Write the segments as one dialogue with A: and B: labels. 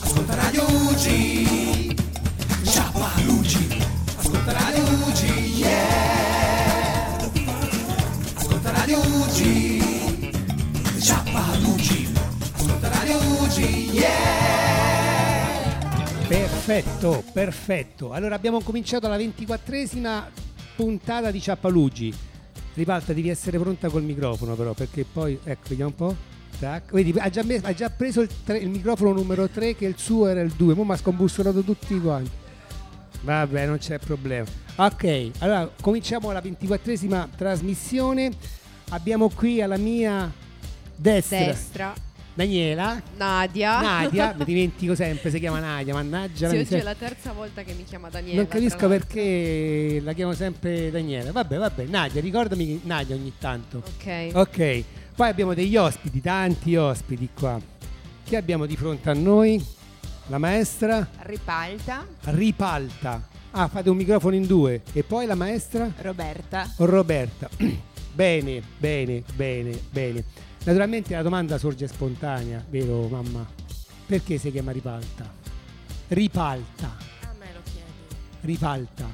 A: Ascolta Radio UG Ciao UG Ascolta Radio UG Yeah Ascolta Radio UG Ciao UG Ascolta Radio UG Yeah
B: Perfetto, perfetto. Allora abbiamo cominciato la ventiquattresima puntata di Ciappalugi. Ripalta, devi essere pronta col microfono però, perché poi, ecco, vediamo un po'. Tac. Vedi, ha già, me- ha già preso il, tre- il microfono numero 3 che il suo era il 2, ma mi ha scombussolato tutti quanti. Vabbè, non c'è problema. Ok, allora cominciamo la ventiquattresima trasmissione. Abbiamo qui alla mia destra,
C: destra,
B: Daniela.
C: Nadia.
B: Nadia, mi dimentico sempre, si chiama Nadia, mannaggia.
C: Sì,
B: la
C: oggi
B: miseria.
C: è la terza volta che mi chiama Daniela.
B: Non
C: tra
B: capisco
C: l'altro.
B: perché la chiamo sempre Daniela. Vabbè, vabbè, Nadia, ricordami Nadia ogni tanto.
C: Ok.
B: Ok, poi abbiamo degli ospiti, tanti ospiti qua. Chi abbiamo di fronte a noi? La maestra
D: Ripalta,
B: Ripalta. Ah, fate un microfono in due. E poi la maestra
D: Roberta.
B: Roberta. bene, bene, bene, bene. Naturalmente la domanda sorge spontanea, vero mamma? Perché si chiama Ripalta? Ripalta.
E: A me lo chiedi.
B: Ripalta.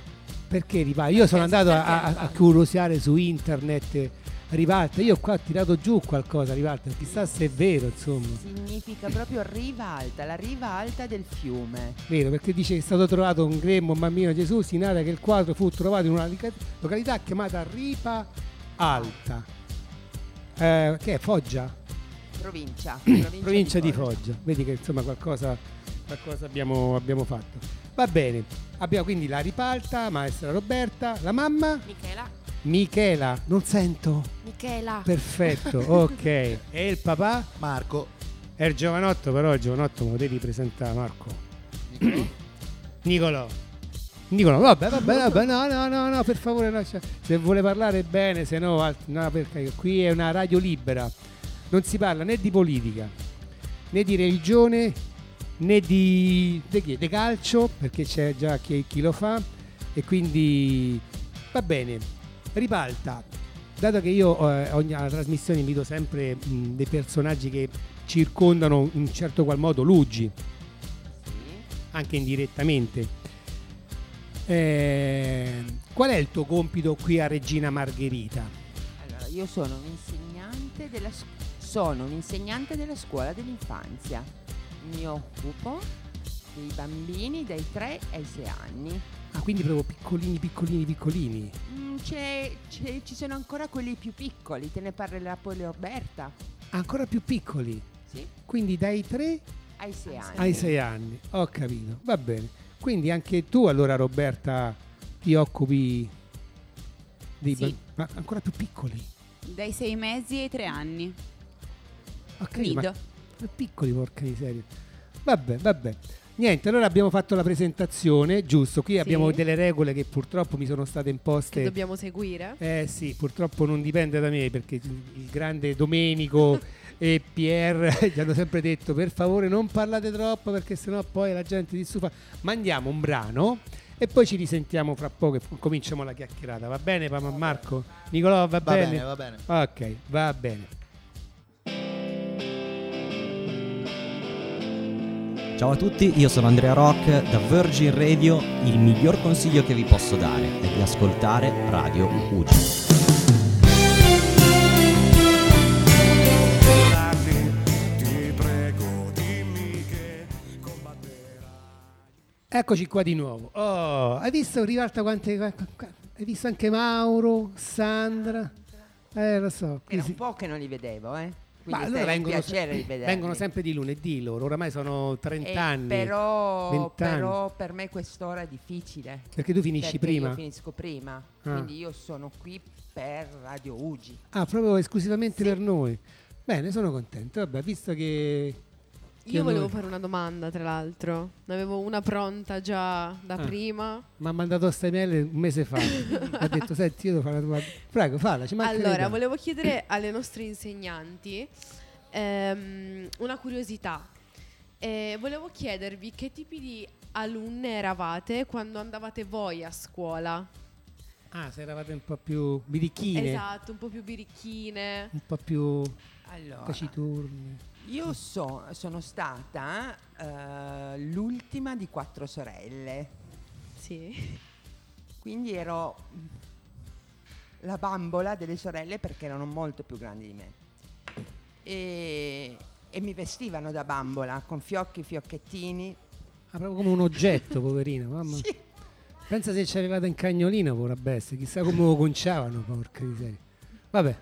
B: Perché Ripalta? Io sono
E: Perché-
B: andato
E: perché
B: a, a- a
E: Ripalta?
B: curiosare su internet eh, Ripalta. Io qua ho tirato giù qualcosa Ripalta, chissà se è vero, insomma.
D: Significa proprio riva alta, la riva alta del fiume.
B: Vero, perché dice che è stato trovato un grembo, un bambino Gesù, si narra che il quadro fu trovato in una lica- località chiamata Ripa Alta. Eh, che è Foggia?
D: Provincia. Provincia,
B: provincia di Foggia. Vedi che insomma qualcosa, qualcosa abbiamo, abbiamo fatto. Va bene, abbiamo quindi la ripalta, maestra Roberta, la mamma
E: Michela?
B: Michela, non sento.
E: Michela!
B: Perfetto, ok. E il papà?
F: Marco,
B: È il giovanotto, però il giovanotto me lo devi presentare, Marco. Nicolò. Nicolò, vabbè, vabbè, vabbè, no, no, no, no, per favore, lascia- se vuole parlare bene, se no, alt- no, perché qui è una radio libera. Non si parla né di politica, né di religione, né di, di chi? Di calcio, perché c'è già chi, chi lo fa, e quindi va bene. Ripalta, dato che io eh, ogni alla trasmissione invito sempre mh, dei personaggi che circondano in un certo qual modo Luigi anche indirettamente. Eh, qual è il tuo compito qui a Regina Margherita?
D: Allora, io sono un insegnante della s- sono un insegnante della scuola dell'infanzia. Mi occupo dei bambini dai 3 ai 6 anni.
B: Ah, quindi proprio piccolini, piccolini, piccolini.
D: Mm, c'è- c'è- ci sono ancora quelli più piccoli, te ne parlerà poi Roberta.
B: Ancora più piccoli.
D: Sì?
B: Quindi dai 3
D: Ai 6 anni.
B: ai 6 anni. Ho capito. Va bene. Quindi anche tu allora Roberta ti occupi di...
G: Sì.
B: ma ancora più piccoli.
G: Dai sei mesi ai tre anni.
B: Ok,
G: Nido.
B: ma- ma piccoli, porca miseria. Vabbè, vabbè. Niente, allora abbiamo fatto la presentazione, giusto? Qui abbiamo delle regole che purtroppo mi sono state
C: Che
B: imposte.
C: dobbiamo seguire?
B: Eh sì, purtroppo non dipende da me perché il il grande Domenico e Pierre gli hanno sempre detto per favore non parlate troppo perché sennò poi la gente si stufa. Mandiamo un brano e poi ci risentiamo fra poco e f- cominciamo la chiacchierata. Va bene, papà Marco? Nicolò, va,
F: va bene. va bene.
B: Ok, va bene.
H: Ciao a tutti, io sono Andrea Rock da Virgin Radio. Il miglior consiglio che vi posso dare è di ascoltare Radio UG.
B: Eccoci qua di nuovo. Oh, hai visto Rivalta quante. qua- qua- qua- Hai visto anche Mauro, Sandra? Eh, lo so. qui
D: Era
B: si-
D: un po' che non li vedevo, eh.
B: Ma
D: Quindi
B: allora
D: sarà un
B: vengono,
D: piacere
B: se-
D: di vederli.
B: vengono sempre di lunedì loro, oramai sono 30
D: Eh,
B: anni.
D: Però,
B: 20 anni.
D: però per me quest'ora è difficile.
B: Perché tu finisci
D: Perché
B: prima?
D: Io finisco prima. Quindi io sono qui per Radio Ugi.
B: Ah, proprio esclusivamente per noi. Bene, sono contento. Vabbè, visto che. che
C: Io volevo
B: noi-
C: fare una domanda, tra l'altro. Ne avevo una pronta già da
B: Ah.
C: prima.
B: Mi ha mandato sta email un mese fa. ha detto, senti, io devo fare una domanda. Prego, falla, ci mancherebbe.
C: Allora, volevo chiedere alle nostre insegnanti ehm, una curiosità. Eh, volevo chiedervi che tipi di alunne eravate quando andavate voi a scuola.
B: Ah, se eravate un po' più birichine,
C: Esatto, un po' più birichine.
B: un po' più
D: Allora,
B: taciturne.
D: io so- sono stata eh, l'ultima di quattro sorelle.
C: Sì.
D: Quindi ero la bambola delle sorelle perché erano molto più grandi di me. E, e mi vestivano da bambola con fiocchi, fiocchettini.
B: Ah, proprio come un oggetto, poverina, mamma.
D: Sì.
B: Pensa se ci è arrivata in cagnolina, povera bestia, chissà come lo conciavano, porca miseria. Vabbè,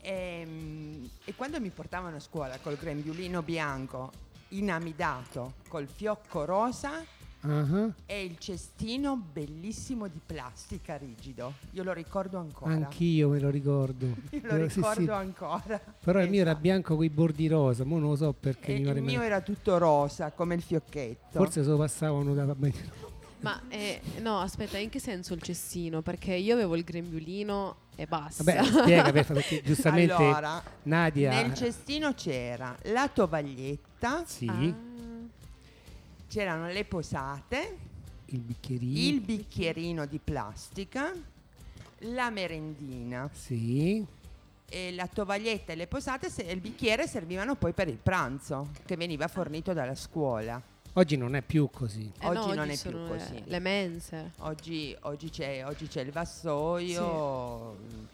D: E, mm, e quando mi portavano a scuola col grembiulino bianco inamidato, col fiocco rosa
B: ah,
D: e il cestino bellissimo di plastica rigido, io lo ricordo ancora.
B: anch'io me lo ricordo.
D: Io lo
B: Però-
D: ricordo
B: sì, sì.
D: ancora.
B: Però il mio era
D: Esatto.
B: bianco con i bordi rosa, mo non lo so perché
D: E
B: mi pare
D: il mio
B: me-
D: era tutto rosa, come il fiocchetto.
B: Forse se lo passavano da... vabbè.
C: Ma eh, no, aspetta, in che senso il cestino? Perché io avevo il grembiulino e basta.
B: Vabbè, spiega perché perché giustamente
D: Allora,
B: Nadia...
D: nel cestino c'era la tovaglietta,
B: Sì,
C: Ah,
D: c'erano le posate,
B: il bicchierino.
D: il bicchierino di plastica, la merendina.
B: Sì,
D: E la tovaglietta e le posate se- e il bicchiere servivano poi per il pranzo, che veniva fornito dalla scuola.
B: oggi non è più così.
C: eh no,
D: Oggi non è più
C: sono le-
D: così.
C: Le mense.
D: Oggi, oggi c'è, oggi c'è il vassoio, mh,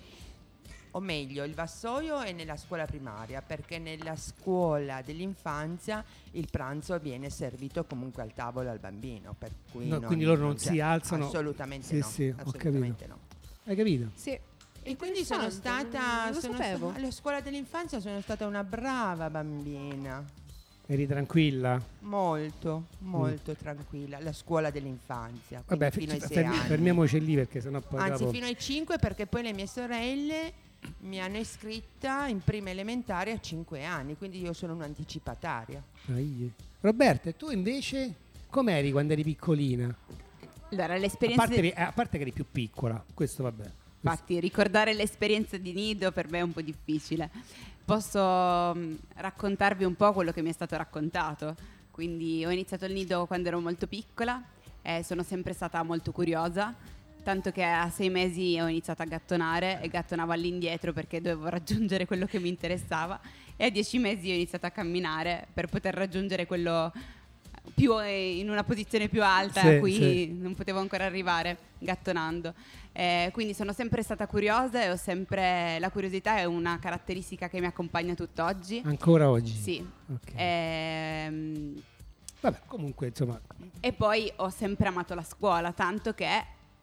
D: o meglio, il vassoio è nella scuola primaria, perché nella scuola dell'infanzia il pranzo viene servito comunque al tavolo al bambino, per cui
B: No, quindi loro non
D: c'è-
B: si alzano.
D: Assolutamente
B: Sì,
D: no.
B: sì, ho capito.
D: assolutamente no.
B: Hai capito?
C: Sì.
D: E quindi sono
C: Interessante,
D: stata,
C: non lo
D: sono
C: sapevo.
D: sta- alla scuola dell'infanzia sono stata una brava bambina,
B: Eri tranquilla?
D: molto,
C: Mm.
D: molto tranquilla, la scuola dell'infanzia, quindi
B: Vabbè,
D: fino ai
B: fermi-
D: sei anni.
B: fermiamoci lì perché sennò poi
D: Anzi,
B: dopo...
D: fino ai 5 perché poi le mie sorelle mi hanno iscritta in prima elementare a 5 anni, quindi io sono un'anticipataria.
B: Aie. Roberta, e tu invece com'eri quando eri piccolina?
G: Allora,
B: A
G: l'esperienza...
B: parte, eh, a parte che eri più piccola, questo vabbè.
G: Infatti, ricordare l'esperienza di Nido per me è un po' difficile. Posso mm, raccontarvi un po' quello che mi è stato raccontato. Quindi ho iniziato il Nido quando ero molto piccola e sono sempre stata molto curiosa, tanto che a sei mesi ho iniziato a gattonare e gattonavo all'indietro perché dovevo raggiungere quello che mi interessava e a dieci mesi ho iniziato a camminare per poter raggiungere quello più eh, in una posizione più alta
B: Sì,
G: a cui
B: sì.
G: non potevo ancora arrivare gattonando. Eh, quindi sono sempre stata curiosa e ho sempre la curiosità è una caratteristica che mi accompagna tutt'oggi.
B: Ancora oggi?
G: Sì.
B: Ah,
G: Eh.
B: Ok.
G: Ehm,
B: Vabbè, comunque, insomma,
G: e poi ho sempre amato la scuola, tanto che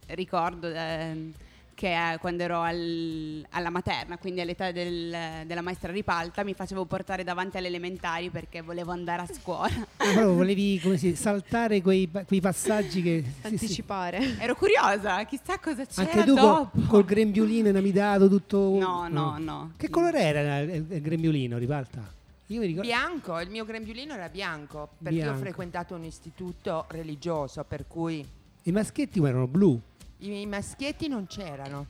G: ricordo ehm, che eh, quando ero al- alla materna, quindi all'età del- della maestra Ripalta, mi facevo portare davanti alle elementari perché volevo andare a scuola.
B: proprio volevi come si, saltare quei, pa- quei passaggi che... sì, sì.
C: Anticipare.
G: ero curiosa, chissà cosa c'era
B: Anche tu co-
G: dopo.
B: col grembiulino inamidato tutto... Mm.
G: No, no, no.
B: Che colore era il, il grembiulino, Ripalta? Io mi ricordo...
D: Bianco, il mio grembiulino era bianco, perché
B: Bianco.
D: ho frequentato un istituto religioso, per cui
B: I maschietti erano blu.
D: i i maschietti non c'erano.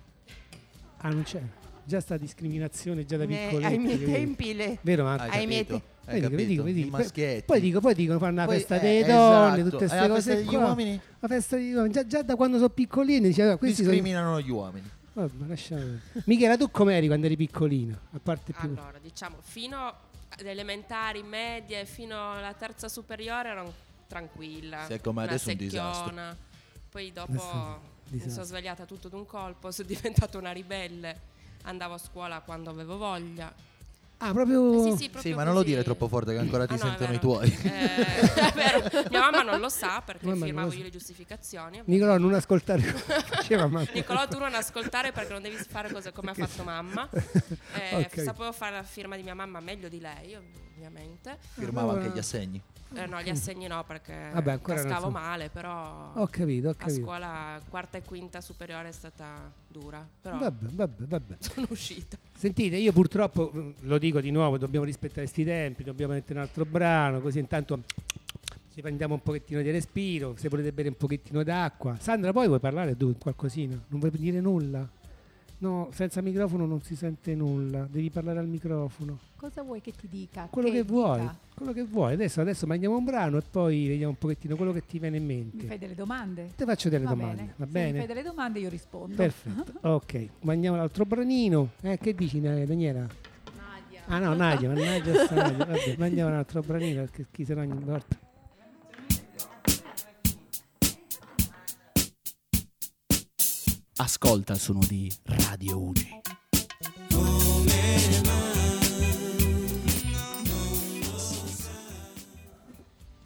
B: Ah, non c'era. Già sta discriminazione
G: Eh,
B: già da
D: Ne-
B: piccoli.
D: ai miei tempi le...
B: Vero Marco?
D: Ai miei
F: capito,
D: te-
F: Ah, cioè, hai capito, i
B: poi-
F: maschietti.
B: Poi dico, poi dicono fanno la
F: Poi-
B: festa
F: eh,
B: delle donne,
F: esatto.
B: tutte
F: E
B: queste
F: la
B: cose
F: festa degli
B: qua.
F: uomini?
B: La festa degli uomini, già, già da quando sono piccolini diceva, questi sono...
F: Discriminano gli uomini.
B: Vabbè, ma lasciamo perdere. Michela, tu com'eri quando eri piccolina? A parte più...
E: Allora, diciamo, fino ad elementari, medie, fino alla terza superiore ero tranquilla.
F: Sì, come
E: una
F: adesso è un
E: secchiona. Poi
B: Adesso
E: dopo mi
B: disastro.
E: sono svegliata tutto d'un colpo, sono diventata una ribelle. Andavo a scuola quando avevo voglia. Eh,
B: Ah, proprio...
E: Sì, sì,
F: Sì,
E: proprio
F: ma non lo
E: così.
F: dire troppo forte che ancora ti
E: Ah, no, è
F: sentono i
E: vero.
F: tuoi.
E: Eh, è vero. Mia mamma non lo sa perché
B: Mamma non lo
E: firmavo
B: sa.
E: io le giustificazioni.
B: Nicolò, non ascoltare quello che diceva mamma.
E: Nicolò, tu non ascoltare perché non devi fare cose come ha fatto mamma. Eh,
B: Ok.
E: Sapevo fare la firma di mia mamma meglio di lei, ovviamente.
F: Firmava
B: Allora-
F: anche gli assegni.
E: Eh, no, gli assegni no perché
B: Vabbè, ancora non
E: cascavo
B: so.
E: male, però
B: Ho capito, ho
E: a
B: capito.
E: scuola quarta e quinta superiore è stata dura, però
B: Vabbè, vabbè, vabbè.
E: sono uscita.
B: Sentite, io purtroppo mm, lo dico di nuovo, dobbiamo rispettare questi tempi, dobbiamo mettere un altro brano, così intanto ci prendiamo un pochettino di respiro, se volete bere un pochettino d'acqua. Sandra, poi vuoi parlare tu qualcosina? Non vuoi dire nulla? No, senza microfono non si sente nulla, devi parlare al microfono.
I: Cosa vuoi che ti dica?
B: Quello che,
I: dica?
B: vuoi, quello che vuoi. Adesso, adesso mandiamo un brano e poi vediamo un pochettino quello che ti viene in
I: Mi fai
B: mente.
I: delle domande?
B: Ti faccio delle
I: Va
B: domande,
I: bene.
B: va
I: Se
B: bene?
I: mi fai delle domande io rispondo.
B: Perfetto, ok. Mandiamo l'altro branino. Eh, che dici eh, Daniela?
C: Nadia.
B: Ah no, Nadia, mannaggia sta Nadia. Vabbè, mandiamo un altro branino perché chi se no ogni volta.
J: Ascolta il suono di Radio Ugi.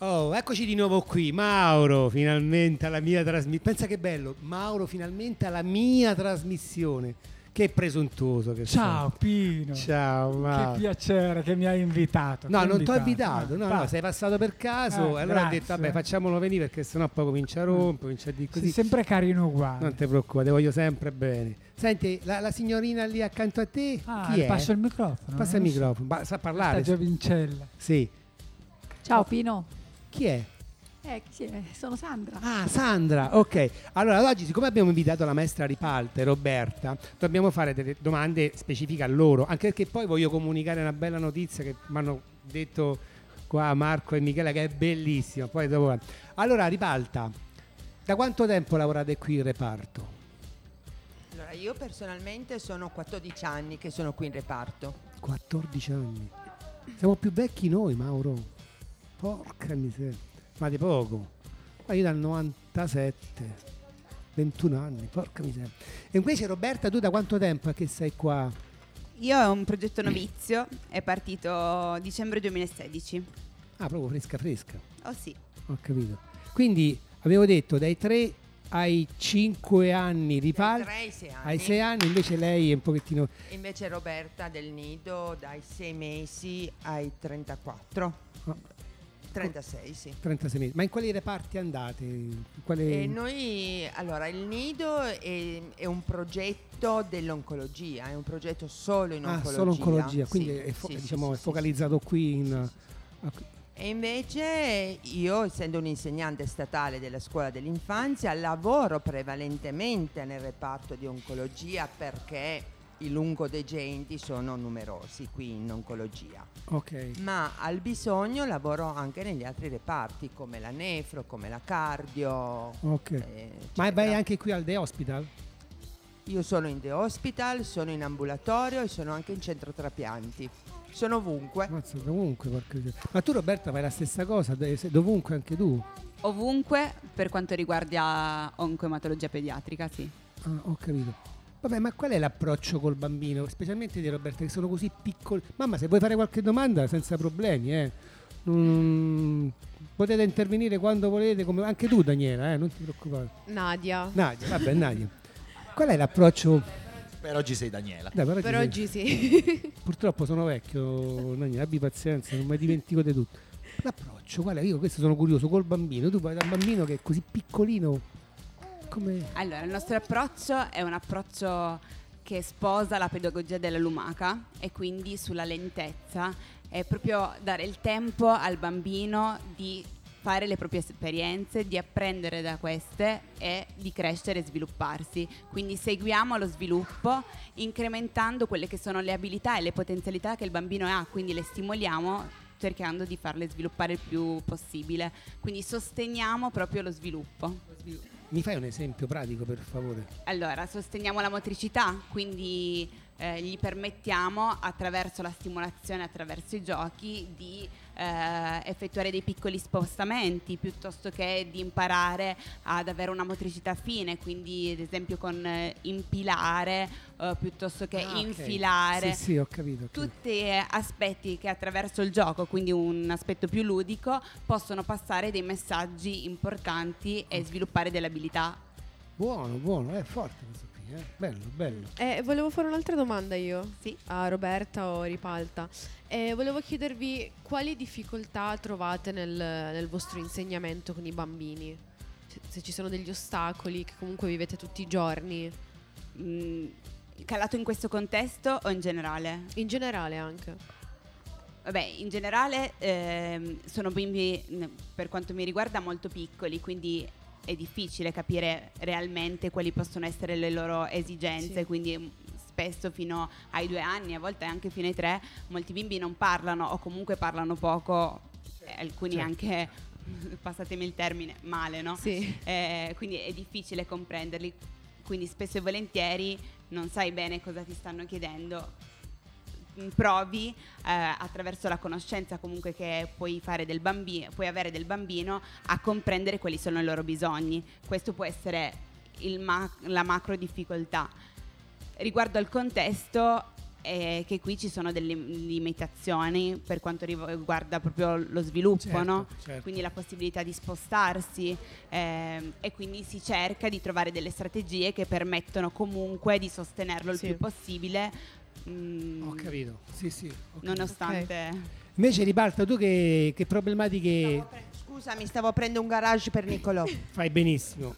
B: Oh, eccoci di nuovo qui, Mauro, finalmente alla mia trasmissione. Pensa che bello, Mauro, finalmente alla mia trasmissione. Che presuntuoso che
K: Ciao
B: sei.
K: Pino.
B: Ciao, Mauro.
K: Che piacere che mi hai invitato.
B: No,
K: che
B: non ti ho
K: invitato.
B: invitato, no, no,
K: Ah,
B: sei passato per caso
K: Ah,
B: e allora ho
K: grazie.
B: detto vabbè facciamolo venire perché sennò poi comincia a rompere, comincia a dire
K: sei
B: così.
K: sempre carino uguale.
B: Non ti preoccupare, ti voglio sempre bene. Senti, la, la signorina lì accanto a te,
K: Ah,
B: chi
K: le
B: è?
K: passo il microfono.
B: Passa il microfono, ma sa parlare?
K: Sta Giovincella.
B: Sì.
I: Ciao Pino.
B: Chi è?
I: Eh, chi è? sono Sandra.
B: Ah, Sandra, ok. Allora, ad oggi, siccome abbiamo invitato la maestra Ripalte, Roberta, dobbiamo fare delle domande specifiche a loro, anche perché poi voglio comunicare una bella notizia che mi hanno detto qua Marco e Michela, che è bellissima. Poi dopo... Allora, Ripalta, da quanto tempo lavorate qui in reparto?
D: Allora, io personalmente sono 14 anni che sono qui in reparto.
B: 14 anni. Siamo più vecchi noi, Mauro. Porca miseria. Ma di poco. Ma io dal 97. 21 anni, porca miseria. E invece Roberta, tu da quanto tempo è che sei qua?
G: Io ho un progetto novizio, è partito dicembre 2016.
B: Ah, proprio fresca fresca.
G: Oh sì,
B: Ho capito. Quindi avevo detto dai 3 ai 5 anni di pal.
D: tre ai sei anni.
B: Ai 6 anni invece lei è un pochettino...
D: Invece Roberta del Nido dai 6 mesi ai 34.
B: Ah.
D: 36, sì.
B: 36 mesi. Ma in quali reparti andate? In quale-
D: E Eh, noi, allora, il Nido è, è un progetto dell'oncologia, è un progetto solo in
B: ah,
D: oncologia.
B: solo oncologia,
D: Sì,
B: quindi è, fo-
D: sì, sì,
B: diciamo,
D: sì,
B: è
D: sì,
B: focalizzato qui in...
D: E invece io, essendo un insegnante statale della scuola dell'infanzia, lavoro prevalentemente nel reparto di oncologia perché i lungodegenti sono numerosi qui in oncologia.
B: Ok.
D: Ma al bisogno lavoro anche negli altri reparti come la nefro, come la cardio.
B: Ok.
D: eh,
B: Ma vai anche qui al The Hospital?
D: Io sono in The Hospital, sono in ambulatorio e sono anche in centro trapianti. Sono ovunque.
B: Mazza, dovunque, porca miseria. Ma tu Roberta fai la stessa cosa, dove- se- dovunque anche tu.
G: ovunque per quanto riguarda oncoematologia pediatrica, sì.
B: Ah, ho capito. Vabbè, ma qual è l'approccio col bambino? Specialmente di Roberta, che sono così piccoli. Mamma, se vuoi fare qualche domanda, senza problemi, eh. Non- Potete intervenire quando volete, come... anche tu Daniela, eh, non ti preoccupare.
C: Nadia.
B: Nadia, vabbè, Nadia. Qual è l'approccio?
F: Per oggi sei Daniela.
B: Dai, però
C: Per
B: ti-
C: oggi sì.
B: Purtroppo sono vecchio, Nani, abbi pazienza, non mi dimentico di tutto. L'approccio, guarda, io questo sono curioso col bambino, tu vai da un bambino che è così piccolino, come...
G: Allora, il nostro approccio è un approccio che sposa la pedagogia della lumaca e quindi sulla lentezza, è proprio dare il tempo al bambino di fare le proprie esperienze, di apprendere da queste e di crescere e svilupparsi. Quindi seguiamo lo sviluppo incrementando quelle che sono le abilità e le potenzialità che il bambino ha, quindi le stimoliamo cercando di farle sviluppare il più possibile. Quindi sosteniamo proprio lo sviluppo.
B: Mi fai un esempio pratico, per favore?
G: Allora, sosteniamo la motricità, quindi eh, gli permettiamo attraverso la stimolazione, attraverso i giochi, di eh, effettuare dei piccoli spostamenti piuttosto che di imparare ad avere una motricità fine, quindi ad esempio con eh, impilare eh, piuttosto che
B: Ah, ok.
G: infilare.
B: Sì, sì, ho capito. ho capito.
G: Tutti eh, aspetti che attraverso il gioco, quindi un aspetto più ludico, possono passare dei messaggi importanti e sviluppare delle abilità
B: Buono, buono, è forte questo qui, eh? bello, bello.
C: Eh, volevo fare un'altra domanda io
G: Sì.
C: a Roberta o Ripalta. Eh, volevo chiedervi quali difficoltà trovate nel, nel vostro insegnamento con i bambini. Se- Se ci sono degli ostacoli che comunque vivete tutti i giorni,
G: Mm, calato in questo contesto o in generale?
C: in generale anche.
G: Vabbè, in generale ehm, sono bimbi, n- per quanto mi riguarda, molto piccoli, quindi è difficile capire realmente quali possono essere le loro esigenze,
C: Sì.
G: quindi mm, spesso fino ai due anni, a volte anche fino ai tre, molti bimbi non parlano o comunque parlano poco, eh, alcuni
B: Certo.
G: anche, passatemi il termine, male,
C: Ah,
G: no?
C: Sì.
G: Eh, quindi è difficile comprenderli. Quindi spesso e volentieri non sai bene cosa ti stanno chiedendo. Provi eh, attraverso la conoscenza comunque che puoi, fare del bambino, puoi avere del bambino a comprendere quali sono i loro bisogni. Questo può essere il ma- la macro difficoltà. Riguardo al contesto, eh, che qui ci sono delle limitazioni per quanto riguarda proprio lo sviluppo,
L: Certo,
G: no?
L: certo.
G: quindi la possibilità di spostarsi ehm, e quindi si cerca di trovare delle strategie che permettono comunque di sostenerlo il
B: Sì.
G: più possibile. Ho
B: capito, sì sì.
G: Nonostante...
B: Invece riparto tu che, che problematiche
D: Scusa, mi stavo aprendo un garage per Niccolò.
B: fai benissimo.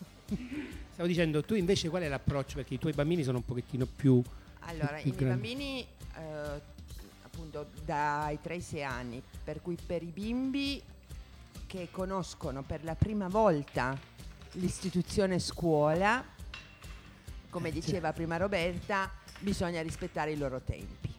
B: Stavo dicendo, tu invece qual è l'approccio? Perché i tuoi bambini sono un pochettino più...
D: Allora,
B: più
D: i miei
B: grandi.
D: bambini eh, appunto dai 3 ai 6 anni, per cui per i bimbi che conoscono per la prima volta l'istituzione scuola,
B: Eh,
D: come diceva prima Roberta, bisogna rispettare i loro tempi.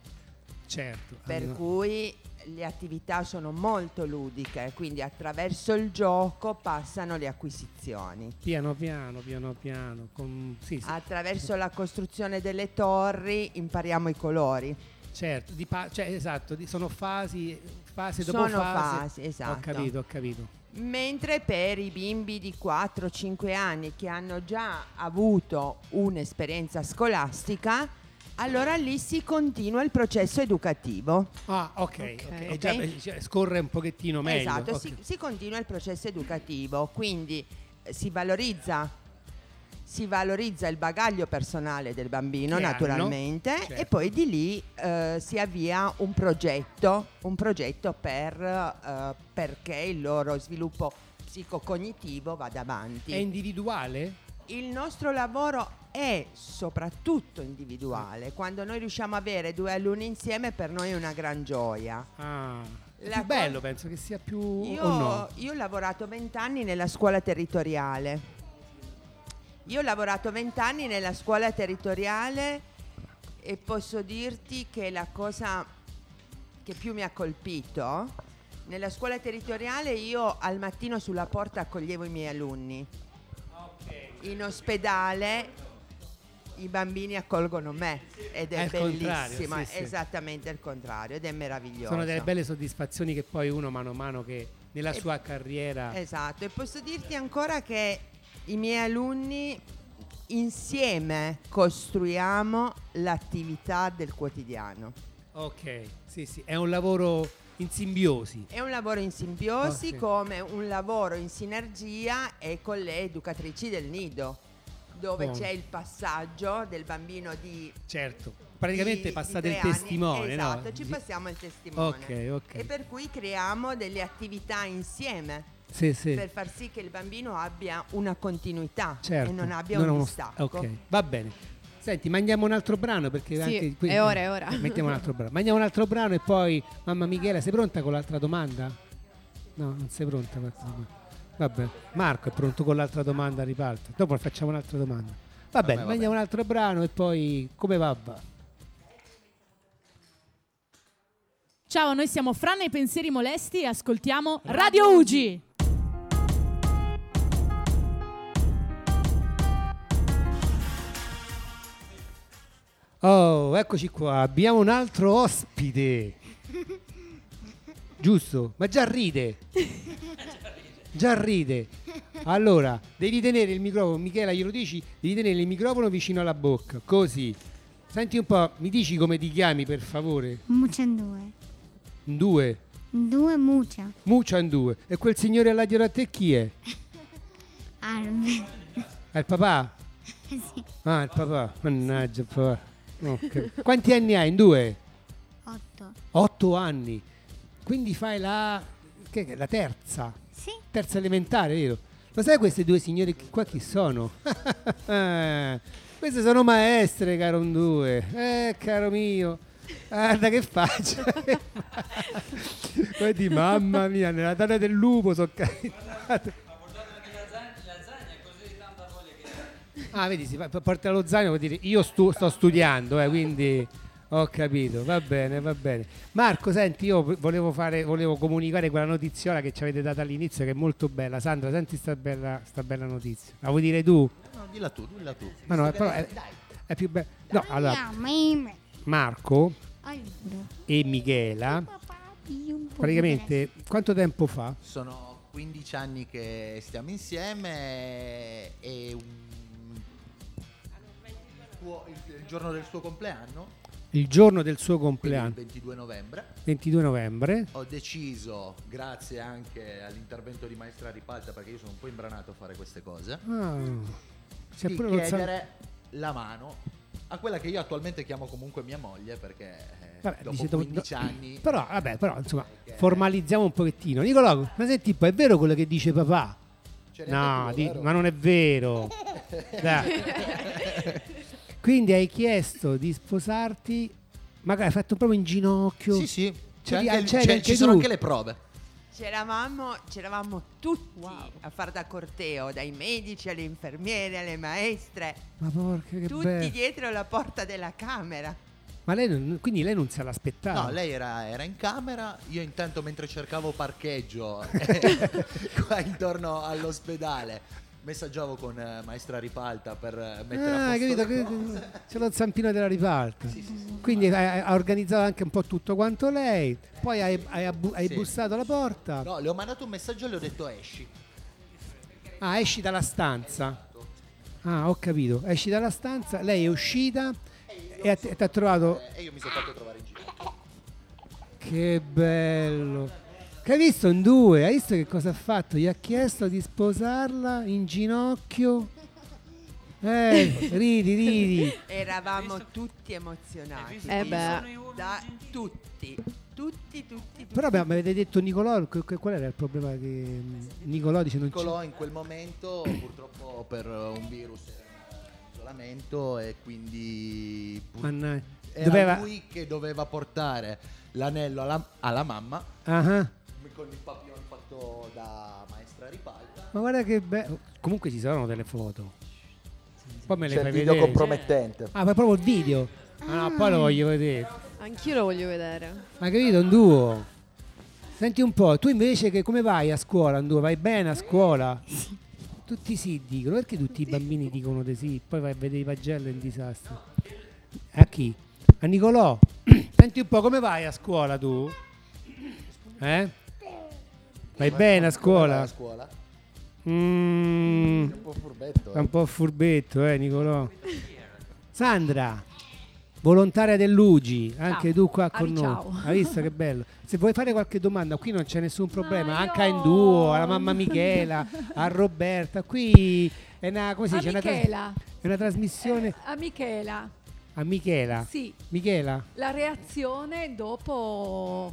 B: Certo.
D: Per
B: hanno-
D: cui le attività sono molto ludiche, quindi attraverso il gioco passano le acquisizioni.
B: Piano piano, piano piano. con- sì,
D: Ah.
B: sì.
D: Attraverso la costruzione delle torri impariamo i colori.
B: Certo, di pa- cioè, esatto, di- sono fasi, fase dopo
D: Sono
B: fase.
D: fasi, esatto.
B: Ho capito, ho capito.
D: Mentre per i bimbi di 4-5 anni che hanno già avuto un'esperienza scolastica, allora lì si continua il processo educativo.
B: Ah, ok, ok.
D: Ok.
B: E già, eh, cioè, scorre un pochettino meglio.
D: Esatto,
B: ok.
D: si, si continua il processo educativo, quindi eh, si valorizza, si valorizza il bagaglio personale del bambino
L: Che hanno,
D: naturalmente e
L: certo.
D: poi di lì eh, si avvia un progetto, un progetto per, eh, perché il loro sviluppo psicocognitivo vada avanti.
B: È individuale?
D: Il nostro lavoro è soprattutto individuale, quando noi riusciamo a avere due alunni insieme per noi è una gran gioia.
B: Ah, è
D: La
B: più bello, penso che sia più...
D: Io,
B: o no?
D: io ho lavorato vent'anni nella scuola territoriale. Io ho lavorato vent'anni nella scuola territoriale e posso dirti che la cosa che più mi ha colpito, nella scuola territoriale io al mattino sulla porta accoglievo i miei alunni. In ospedale i bambini accolgono me ed
B: È
D: è,
B: il contrario,
D: bellissima,
B: sì, sì.
D: esattamente il contrario ed è meraviglioso.
B: Sono delle belle soddisfazioni che poi uno mano a mano che nella
D: E-
B: sua carriera...
D: Esatto, e posso dirti ancora che i miei alunni insieme costruiamo l'attività del quotidiano.
B: Ok, sì, sì, è un lavoro in simbiosi.
D: È un lavoro in simbiosi
B: Oh, sì.
D: come un lavoro in sinergia e con le educatrici del nido, dove
B: Buono.
D: c'è il passaggio del bambino di...
B: Certo, praticamente
D: di-
B: passate
D: di
B: il
D: tre anni.
B: testimone, no?
D: Esatto, ci
B: Gi-
D: passiamo il testimone.
B: Ok, ok.
D: E per cui creiamo delle attività insieme.
B: Sì, sì.
D: Per far sì che il bambino abbia una continuità
B: Certo,
D: e non abbia
B: ha
D: un
B: uno-
D: distacco.
B: Ok, va bene. Senti, mandiamo un altro brano perché
C: Sì,
B: anche
C: è ora, è ora.
B: Eh, Mettiamo un altro brano. Mandiamo un altro brano e poi mamma Michela, sei pronta con l'altra domanda? No, non sei pronta. per l'altra domanda. Vabbè, Marco è pronto con l'altra domanda, riparte. Dopo facciamo un'altra domanda. Va
F: Vabbè,
B: bene,
F: va
B: mandiamo un altro brano e poi come va va.
M: Ciao, noi siamo Fran e i pensieri molesti e ascoltiamo Radio UG.
B: Oh, eccoci qua, abbiamo un altro ospite. Giusto? Ma già ride. Già ride. Allora, devi tenere il microfono, Michela, glielo dici? Devi tenere il microfono vicino alla bocca, così. Senti un po', mi dici come ti chiami, per favore?
N: Muccian 2.
B: Due.
N: 2 Muccia.
B: Muccian due. E quel signore alla dietro a te chi è?
N: Armi.
B: È il papà?
N: Sì.
B: Ah, il papà. Mannaggia, il papà. Ok. Quanti anni hai? In due?
N: 8.
B: 8 anni. Quindi fai la, che, che- la terza. Terza elementare, vero? Lo sai queste due signore chi- qua chi sono? Eh, queste sono maestre, caro un due. Eh, caro mio. Guarda che faccia. Vedi, mamma mia, nella tana del lupo sono caritati. Ah, vedi, si fa- porta lo zaino vuol dire io stu- sto studiando, eh, quindi ho capito, va bene, va bene. Marco, senti, io v- volevo, fare, volevo comunicare quella notiziola che ci avete data all'inizio, che è molto bella. Sandra, senti sta bella, sta bella notizia. La vuoi dire tu?
F: No, dilla tu, dilla tu.
B: Ma no, però è, è più bella. No, allora,
N: Chiamami.
B: Marco
N: Allora,
B: e Michela,
N: io un po'
B: praticamente, quanto tempo fa?
F: Sono 15 anni che stiamo insieme e un suo- il- il giorno del suo compleanno,
B: Il giorno del suo
F: quindi il
B: compleanno,
F: 22 novembre,
B: 22 novembre,
F: ho deciso, grazie anche all'intervento di Maestra Ripalta, perché io sono un po' imbranato a fare queste cose,
B: Ah, si è
F: di
B: pure lo zan-
F: chiedere la mano a quella che io attualmente chiamo comunque mia moglie, perché eh,
B: Vabbè,
F: dopo
B: dice dopo-
F: 15
B: no,
F: anni...
B: Però, vabbè, però, insomma, formalizziamo un pochettino. Nicolò, ma senti, poi è vero quello che dice papà?
F: Ce n'è
B: No,
F: due,
B: di-
F: vero?
B: ma non è vero. Dai. Quindi hai chiesto di sposarti, magari hai fatto proprio in ginocchio.
F: Sì, sì.
B: Cioè,
F: C'è anche il-
B: c'è
F: c'è-
B: anche
F: ci sono
B: tu.
F: anche le prove.
D: C'eravamo, c'eravamo tutti a far da corteo, dai medici alle infermiere, alle maestre,
B: Ma porca che
D: tutti
B: bello.
D: dietro la porta della camera.
B: Ma lei non- quindi lei non se l'aspettava.
F: No, lei era, era in camera, io intanto mentre cercavo parcheggio eh, qua intorno all'ospedale messaggiavo con eh, maestra Ripalta per eh, mettere
B: Ah,
F: a
B: hai
F: posto
B: capito?
F: le
B: che-
F: cose.
B: C'è lo zampino della riparta. Quindi hai- ha organizzato anche un po' tutto quanto lei. Poi hai, hai abbu- hai
F: sì.
B: bussato alla porta.
F: No, le ho mandato un messaggio e le ho detto esci.
B: Ah, esci dalla stanza. Ah, ho capito. Esci dalla stanza, lei è uscita e ha- ti ha trovato.
F: Eh, e io mi sono fatto trovare in giro.
B: Che bello. Che hai visto in due? Hai visto che cosa ha fatto? Gli ha chiesto di sposarla in ginocchio. Eh, ridi, ridi.
D: Eravamo tutti emozionati.
C: Eh beh.
D: Da tutti, tutti, tutti.
B: Però beh, mi avete detto Nicolò, que- que- qual era il problema che mm, Nicolò dice non c'è?
F: Nicolò in quel momento purtroppo per eh, un virus era in isolamento e quindi pur-
B: Mannaggia.
F: era
B: eh, Doveva-
F: lui che doveva portare l'anello alla, alla mamma
B: Ah,
F: con il papillon fatto da maestra Ripalta.
B: Ma guarda che bello. Comunque ci saranno delle foto. Poi me le
F: C'è
B: fai
F: il video
B: vedere.
F: compromettente.
B: Ah, ma proprio il video. Ah, no, poi lo voglio vedere.
C: Anch'io lo voglio vedere.
B: Ma capito, un duo. Senti un po', tu invece che come vai a scuola, Andu? Vai bene a scuola? Tutti sì dicono, perché tutti i bambini dicono di sì, poi vai a vedere i pagelli è un disastro. A chi? A Nicolò. Senti un po', come vai a scuola tu? Eh? Vai bene a
F: Come va
B: scuola?
F: a scuola?
B: Mm.
F: Sei un po' furbetto,
B: Sei un
F: eh.
B: po' furbetto, eh, Nicolò. Sandra, volontaria dell'UGI, anche tu qua
I: Ah,
B: con noi.
I: ciao.
B: Hai visto che bello? Se vuoi fare qualche domanda, qui non c'è nessun problema.
I: Ma
B: Anche
I: io-
B: in duo, alla mamma Michela, a Roberta. Qui è una, come si
I: A
B: dice? Una tras-
I: Michela.
B: è una trasmissione
I: A Michela,
B: a Michela.
I: Eh, sì,
B: Michela.
I: la reazione dopo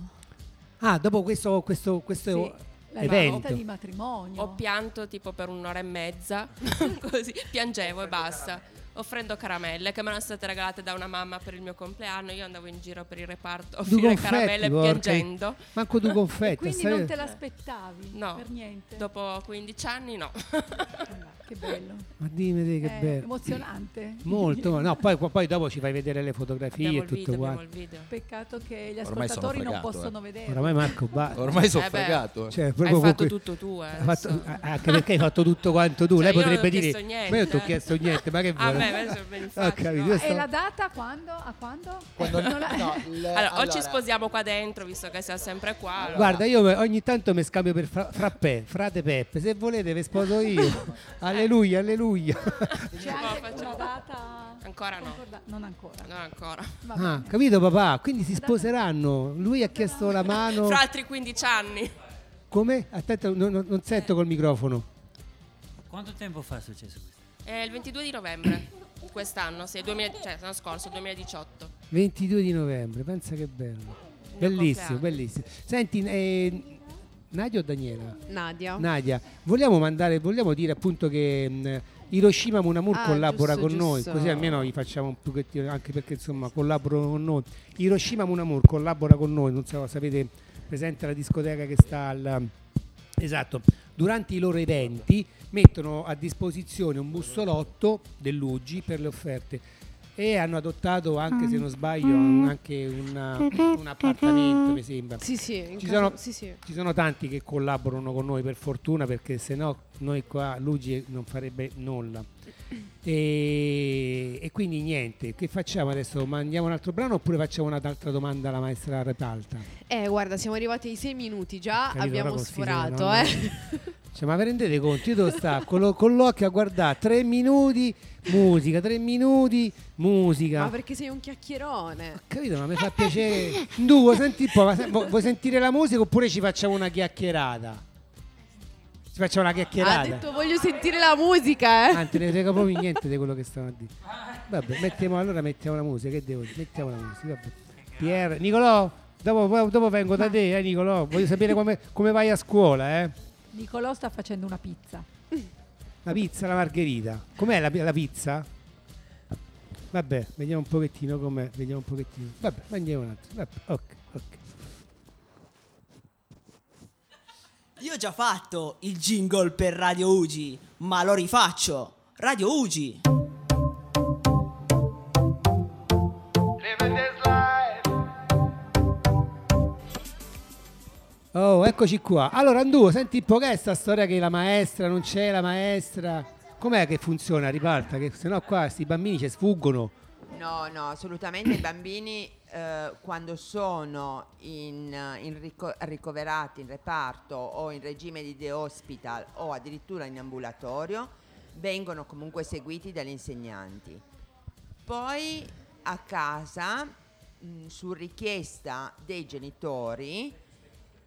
B: Ah, dopo questo, questo, questo
I: sì, la
B: evento.
I: rivolta di matrimonio.
E: Ho pianto tipo per un'ora e mezza, così piangevo e basta, offrendo caramelle che mi erano state regalate da una mamma per il mio compleanno. Io andavo in giro per il reparto a
B: Due
E: offrire
B: confetti,
E: caramelle
B: porca-
E: piangendo.
B: Manco due confetti.
I: Quindi
B: stai-
I: non te l'aspettavi
E: No,
I: per niente.
E: dopo 15 anni no.
I: Che bello.
B: Ma dimmi te che
I: È
B: bello.
I: Eh, emozionante.
B: Molto, no, poi, poi dopo ci fai vedere le fotografie
E: Abbiamo
B: e
E: il
B: tutto
E: video,
B: quanto.
E: abbiamo il video.
I: Peccato che gli
F: Ormai sono
I: ascoltatori non
F: fregato,
I: possono
F: eh.
I: vedere.
B: Ormai Marco basta.
F: Ormai sono
E: Eh beh,
F: fregato. eh.
B: Cioè,
E: Hai
B: proprio
E: fatto
B: con
E: tutto tu, eh,
B: hai fatto-
E: adesso.
B: ah, anche perché hai fatto tutto quanto tu.
E: io
B: Lei
E: non
B: potrebbe
E: ho
B: dire:
E: chiesto niente,
B: Ma io non ti ho
E: eh."
B: chiesto niente, ma che
E: A
B: vuoi?
E: me, adesso, beh, infatti,
B: Ho capito,
E: no.
B: io
I: E
B: sto-
I: la data quando? A quando?
F: Quando-
I: Non la-
F: no, il-
E: Allora, o ci
F: allora,
E: sposiamo qua dentro, visto che siamo sempre qua. allora-
B: Guarda, io me- ogni tanto mi scambio per fra- frappè, frate Peppe. Se volete, ve sposo
E: Eh.
B: io. alleluia, alleluia.
I: C'è
E: No,
I: anche una
E: facciamo-
I: data
E: Ancora no.
I: concorda- Non ancora.
E: No, ancora.
I: Va
B: Ah,
I: bene.
B: capito, papà? Quindi si sposeranno. Lui ha chiesto la mano.
E: Fra altri 15 anni.
B: Come? Aspetta, non, non- non
E: Eh.
B: sento col microfono.
L: Quanto tempo fa è successo questo?
E: È il 22 di novembre, quest'anno, sì, 2000 cioè l'anno scorso, 2018.
B: 22 di novembre, pensa che bello. Bellissimo, bellissimo. Senti, eh, Nadia o Daniela?
C: Nadia.
B: Nadia, vogliamo mandare, vogliamo dire appunto che mh, Hiroshima Munamur
C: Ah,
B: collabora
C: giusto,
B: con noi,
C: giusto.
B: così almeno gli facciamo un pochettino, anche perché insomma collaborano con noi. Hiroshima Munamur collabora con noi, non so, sapete, presente la discoteca che sta al... Esatto, durante i loro eventi mettono a disposizione un bussolotto dell'UGI per le offerte e hanno adottato anche se non sbaglio anche una- un appartamento mi sembra
C: Sì, sì, in
B: ci
C: caso-
B: sono,
C: sì, sì.
B: ci sono tanti che collaborano con noi per fortuna perché se no noi qua Luigi non farebbe nulla. E, e quindi niente, che facciamo adesso? Mandiamo un altro brano oppure facciamo un'altra domanda alla maestra Repalta?
C: Eh, guarda, siamo arrivati ai sei minuti già,
B: Capito?
C: Ah, abbiamo
B: Ora col
C: sforato,
B: fisone, no,
C: eh.
B: Cioè, ma vi rendete conto? Io devo stare con, lo- con l'occhio a guardare tre minuti musica, tre minuti musica.
C: Ma perché sei un chiacchierone?
B: Capito? Ma mi fa piacere. Duo, senti un po', ma se- vo- vuoi sentire la musica oppure ci facciamo una chiacchierata? Ci facciamo una
C: Ah, Ha
B: chiacchierata.
C: detto voglio sentire la musica, eh.
B: Ah, non te ne frega proprio niente di quello che stanno a dire. Vabbè, mettiamo, allora mettiamo la musica, che devo dire? Mettiamo la musica. Vabbè. Pier, Nicolò, dopo, poi- dopo vengo da te, eh Nicolò. Voglio sapere come, come vai a scuola, eh.
I: Nicolò sta facendo una pizza.
B: La pizza, la margherita. Com'è la, la pizza? Vabbè, vediamo un pochettino com'è, vediamo un pochettino. Vabbè, mangiamo un attimo. Vabbè, ok, ok.
O: Io ho già fatto il jingle per Radio Ugi, ma lo rifaccio. Radio Ugi.
B: Oh, eccoci qua. Allora, Andu, senti un po' che è sta storia che la maestra non c'è, la maestra. Com'è che funziona? Riparta, che sennò qua questi bambini ci sfuggono.
D: No, no, assolutamente i bambini eh, quando sono in, in rico- ricoverati in reparto o in regime di day hospital o addirittura in ambulatorio vengono comunque seguiti dagli insegnanti. Poi a casa, mh, su richiesta dei genitori,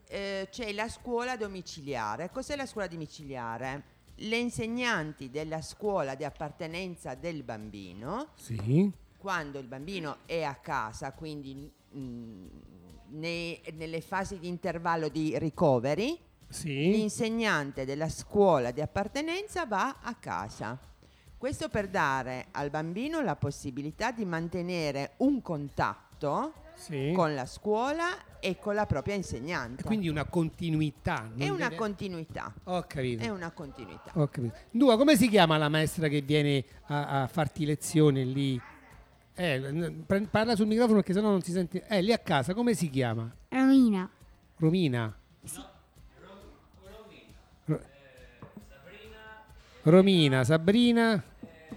D: eh, c'è la scuola domiciliare. Cos'è la scuola domiciliare? Le insegnanti della scuola di appartenenza del bambino
B: Sì.
D: quando il bambino è a casa, quindi mh, nei- nelle fasi di intervallo di ricoveri, l'insegnante della scuola di appartenenza va a casa. Questo per dare al bambino la possibilità di mantenere un contatto con la scuola e con la propria insegnante.
B: Quindi una continuità. non
D: è una
B: deve-
D: continuità.
B: Ho capito.
D: È una continuità.
B: Ho capito. Dua, come si chiama la maestra che viene a, a farti lezione lì? Eh, n- pre- parla sul microfono perché sennò non si sente. Eh, lì a casa, come si chiama?
N: Romina.
B: Romina. Ro- Romina, Sabrina.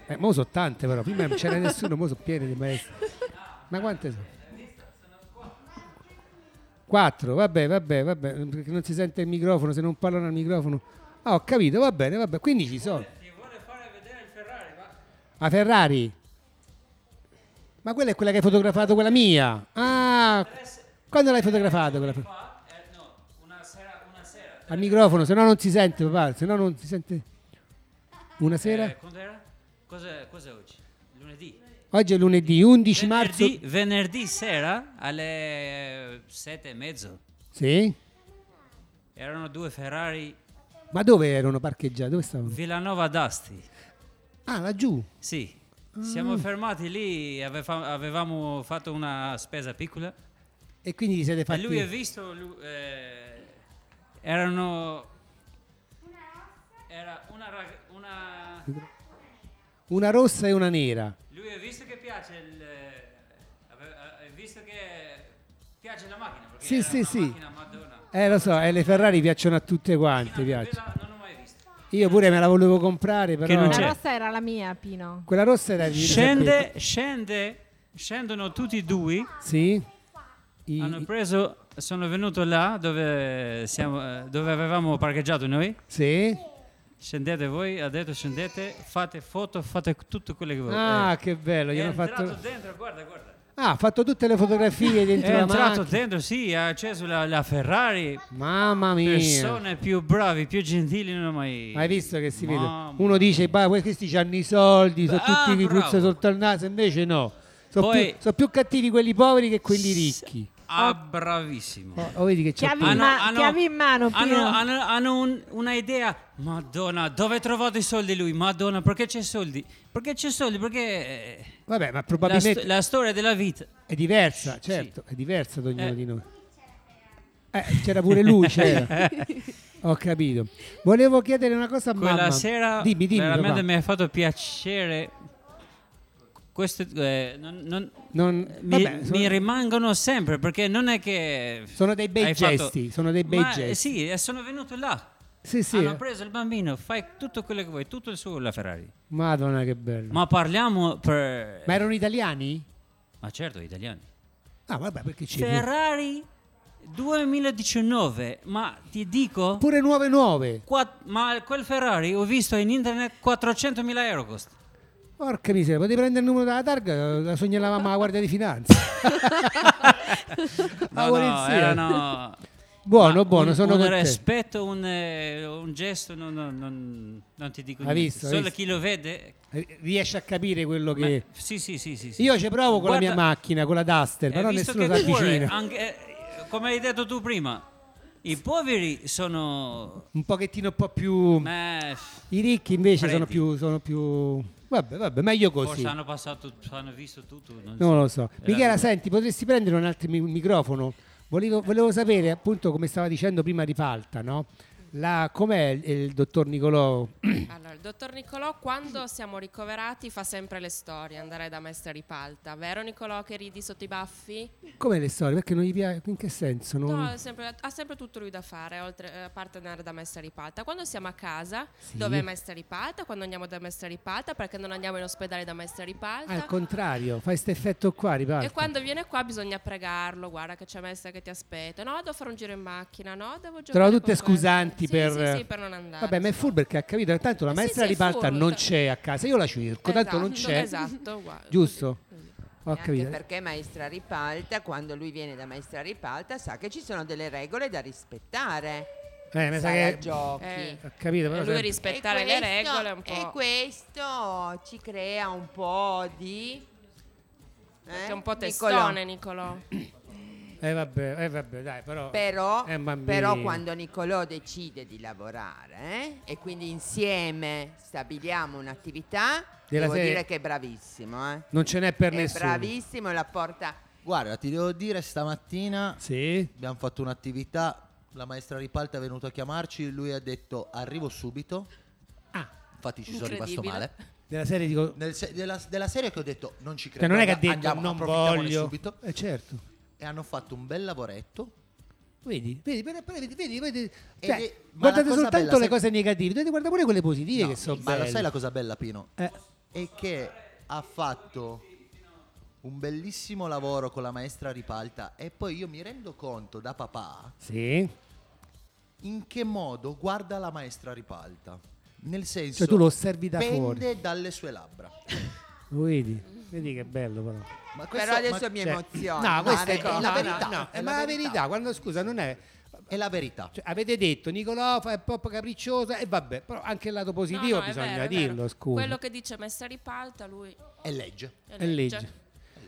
B: Eh, mo sono tante però, prima non c'era nessuno, mo sono piene di maestri. Ma quante sono? Quattro, vabbè, vabbè, vabbè, perché non si sente il microfono, se non parlano al microfono. Ah, ho capito, va bene, va bene. Quindi ci sono. A Ferrari? Ma quella è quella che hai fotografato, quella mia. Ah, quando l'hai fotografato quella? Al microfono, se no non si sente, papà, se no non si sente. Una sera?
L: Eh, quando era? Cos'è, cos'è oggi? Lunedì?
B: Oggi è lunedì 11 marzo.
L: Venerdì, venerdì sera alle sette e mezzo
B: Sì?
L: erano due Ferrari
B: Ma dove erano parcheggiati? Dove stavano?
L: Villanova d'Asti.
B: Ah, laggiù.
L: Sì, siamo
B: Mm.
L: fermati lì, aveva- avevamo fatto una spesa piccola
B: E quindi vi siete
L: e
B: fatti.
L: lui ha visto, lu- eh, erano... Era una, rag- una...
B: Una rossa e una nera.
L: Lui ha visto che piace il... eh, ave- ha ha visto che piace la macchina. Perché
B: Sì,
L: era
B: sì,
L: una
B: sì.
L: macchina Madonna.
B: Eh, lo so, eh, le Ferrari piacciono a tutte quante.
I: Ah,
B: piacciono. Io pure me la volevo comprare, però.
I: la rossa era la mia, Pino.
B: Quella rossa era di-
L: Scende, scende, scendono tutti e due.
B: Sì.
L: Hanno preso, sono venuto là dove, siamo, eh, dove avevamo parcheggiato noi.
B: Sì.
L: Scendete voi, ha detto scendete, fate foto, fate tutto quello che volete.
B: Ah,
L: Eh.
B: che bello, gli
L: È
B: hanno
L: entrato
B: fatto-
L: dentro, guarda, guarda.
B: Ah, ha fatto tutte le fotografie dentro
L: è
B: la
L: entrato
B: macchina.
L: dentro, sì, ha acceso la, la Ferrari.
B: Mamma mia.
L: Persone più bravi, più gentili non ho mai...
B: Hai visto che si
L: Mamma.
B: vede? Uno dice, bah, questi hanno i soldi, sono
L: Ah,
B: tutti che
L: bravo.
B: puzza sotto il naso, invece no. Sono
L: Poi-
B: più, so più cattivi quelli poveri che quelli ricchi.
L: Ah, bravissimo.
B: Oh, vedi che c'è
L: Hanno- hanno-
B: Pino.
L: Hanno,
B: ah,
L: hanno- hanno un- una idea. Madonna, dove ha trovato i soldi lui? Madonna, perché c'è soldi? Perché c'è soldi? Perché... eh,
B: Vabbè, ma
L: La,
B: probabilmente
L: sto- la storia della vita.
B: è diversa, certo, è diversa da ognuno
L: Eh.
B: di noi. Eh, c'era pure lui, cioè. c'era. Ho capito. Volevo chiedere una cosa a
L: Quella
B: mamma.
L: sera
B: dimmi, dimmi,
L: veramente
B: papà.
L: mi ha fatto
J: Eh,
L: piacere. Queste eh, non- non-
B: Non-
L: mi,
B: vabbè,
L: mi
B: sono-
L: rimangono sempre perché non è che
B: Sono dei bei
L: hai
B: gesti, sono dei bei
L: Ma, eh,
B: gesti.
L: Sì, e sono venuto là.
B: Sì, sì.
L: Hanno preso il bambino, fai tutto quello che vuoi, tutto il suo la Ferrari.
B: Madonna che bello.
L: Ma parliamo per
B: Ma erano italiani?
L: Ma certo, italiani.
B: Ah, vabbè, perché ci
L: Ferrari 2019, ma ti dico...
B: Pure 9-9.
L: Qua- ma quel Ferrari ho visto in internet 400.000 euro costa.
B: Porca miseria, potevi prendere il numero della targa, la sognalavamo alla Guardia di Finanza.
L: No,
B: Auguri
L: no,
B: insieme.
L: erano-
B: Buono,
L: ma
B: buono,
L: un,
B: sono
L: un
B: contento.
L: rispetto, un, eh, un gesto, non, non- non- non ti dico
B: Hai
L: niente.
B: visto, hai
L: Solo
B: visto?
L: chi lo vede...
B: Eh, Riesci a capire quello
L: Ma-
B: che...
L: sì, sì, sì, sì, sì.
B: Io ci provo con la
L: Guarda,
B: mia macchina, con la Duster,
L: eh,
B: però
L: visto
B: nessuno si
L: che pure,
B: avvicina.
L: anche- eh, come hai detto tu prima, i poveri sono...
B: Un pochettino un po' più...
L: eh,
B: I ricchi invece sono
L: Freddi.
B: più, sono più... Vabbè, vabbè, meglio così.
L: Forse hanno passato, hanno visto tutto. Non,
B: Non lo so.
L: Era-
B: Michela, senti, potresti prendere un altro mi- microfono? Volevo, volevo sapere, appunto, come stava dicendo prima Ripalta, no? La, com'è il, il dottor Nicolò?
E: Allora, il dottor Nicolò, quando siamo ricoverati, fa sempre le storie, andare da maestra Ripalta. Vero Nicolò che ridi sotto i baffi?
B: Com'è le storie? Perché non gli piace? In che senso? Non-
E: No, è sempre- ha sempre tutto lui da fare, oltre, eh, a parte andare da Maestra Ripalta. Quando siamo a casa,
B: Sì.
E: dove è Maestra Ripalta? Quando andiamo da Maestra Ripalta? Perché non andiamo in ospedale da Maestra Ripalta?
B: Ah, Al contrario, fai questo effetto qua, Ripalta.
E: E quando viene qua bisogna pregarlo, guarda che c'è Maestra che ti aspetta. No, devo fare un giro in macchina, no, devo giocare
B: Trovo tutte
E: con quello.
B: scusanti
E: Sì,
B: per...
E: Sì, sì, per non andare.
B: Vabbè, ma è full perché ha capito, che tanto la maestra
E: sì, è
B: Ripalta
E: full.
B: non c'è a casa, io la cerco, ecco, tanto non
E: Esatto,
B: c'è.
E: esatto, guarda.
B: Giusto? Ho
D: E anche
B: capito.
D: perché maestra Ripalta, quando lui viene da maestra Ripalta, sa che ci sono delle regole da rispettare.
B: Eh, mi sa
D: Sala
B: che-
D: giochi.
B: Eh, ho capito, però E lui sempre-
E: rispettare
D: E
E: le
D: questo-
E: regole è un po'-
D: E questo ci crea un po' di...
E: Perché
D: eh,
E: è un po'
D: Nicolò?
E: testone, Nicolò.
B: Eh vabbè, eh, vabbè, dai, però...
D: Però,
B: è un bambino.
D: però quando Nicolò decide di lavorare eh, e quindi insieme stabiliamo un'attività,
B: Della
D: devo
B: serie-
D: dire che è bravissimo. eh.
B: Non ce n'è per
D: è
B: nessuno.
D: bravissimo e la porta...
F: Guarda, ti devo dire, stamattina abbiamo fatto un'attività, la maestra Ripalta è venuta a chiamarci, lui ha detto arrivo subito. Infatti ci sono rimasto
B: Incredibile.
F: male.
B: Ah, Della serie dico...
F: Nel se- della, della serie che ho detto non ci credo.
B: Cioè, non è che ha
F: guarda,
B: detto
F: andiamo,
B: non
F: approfittiamone
B: voglio.
F: subito.
B: Eh, certo.
F: E hanno fatto un bel lavoretto.
B: Vedi, vedi, però- però vedi, vedi, vedi.
F: Ed
B: Cioè,
F: è- ma la
B: guardate
F: cosa
B: soltanto
F: bella,
B: le
F: sai-
B: cose negative, dovete guardare pure quelle positive
F: No,
B: che sono
F: ma
B: belle.
F: lo sai la cosa bella, Pino?
B: Eh.
F: È che ha fatto un bellissimo lavoro con la maestra Ripalta e poi io mi rendo conto da papà
B: Sì.
F: in che modo guarda la maestra Ripalta. Nel senso,
B: Cioè, tu lo osservi da
F: pende
B: fuori.
F: dalle sue labbra.
B: Lo vedi? Vedi che bello però.
F: Ma
D: Però adesso mi
B: Cioè,
D: emoziona.
B: No, questa è,
D: Marco.
B: la
D: No,
B: verità.
D: no, no,
B: Eh,
D: è la
B: ma la
D: verità.
B: verità, quando scusa, non è cioè,
F: è la verità.
B: avete detto Nicolò fa- è proprio capricciosa e vabbè, però anche il lato positivo
E: No, no, è
B: bisogna
E: vero, è vero.
B: dirlo, scusa.
E: Quello che dice Maestra Ripalta, lui...
F: È legge.
E: È
B: È
E: legge.
B: legge.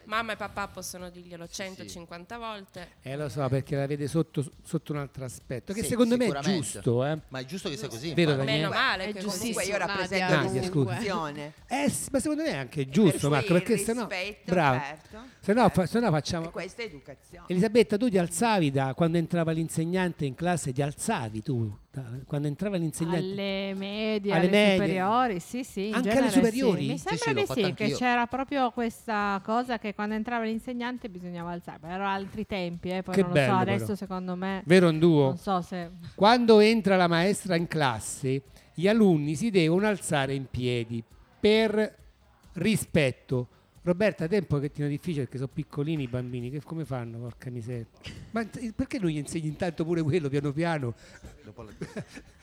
E: Mamma e papà possono dirglielo 150 volte.
B: Eh lo so perché la vede sotto, sotto un altro aspetto che
F: Sì,
B: secondo me è
F: sicuramente.
B: giusto, eh.
F: Ma è giusto che sia così.
B: Vero,
F: infatti.
B: Daniele? Meno
E: male che
D: comunque
E: giustissimo,
D: io rappresento
E: Nadia.
B: Nadia, scusa.
D: l'unzione.
B: Eh, sì, ma secondo me è anche giusto,
D: cui
B: Marco,
D: il
B: perché sennò
D: rispetto,
B: bravo.
D: certo,
B: Se no, fa- se no
D: E
B: facciamo
D: questa è educazione.
B: Elisabetta, tu ti alzavi da quando entrava l'insegnante in classe, ti alzavi tu da- quando entrava l'insegnante.
I: Alle medie,
B: Alle
I: alle,
B: medie.
I: superiori, sì, sì. in
B: Anche alle
I: genere sì.
B: superiori?
I: Mi
B: Sì,
I: sembra
B: sì, l'ho
I: di
B: fatta
I: sì, che
B: anch'io.
I: c'era proprio questa cosa che quando entrava l'insegnante bisognava alzare. Ma erano altri tempi, eh, poi
B: Che
I: non lo
B: bello,
I: so, adesso
B: però.
I: secondo me...
B: Vero un duo?
I: Non so se...
B: Quando entra la maestra in classe, gli alunni si devono alzare in piedi per rispetto. Roberta, te è un pochettino difficile perché sono piccolini i bambini, che come fanno? Porca miseria. Ma t- perché non gli insegni intanto pure quello piano piano?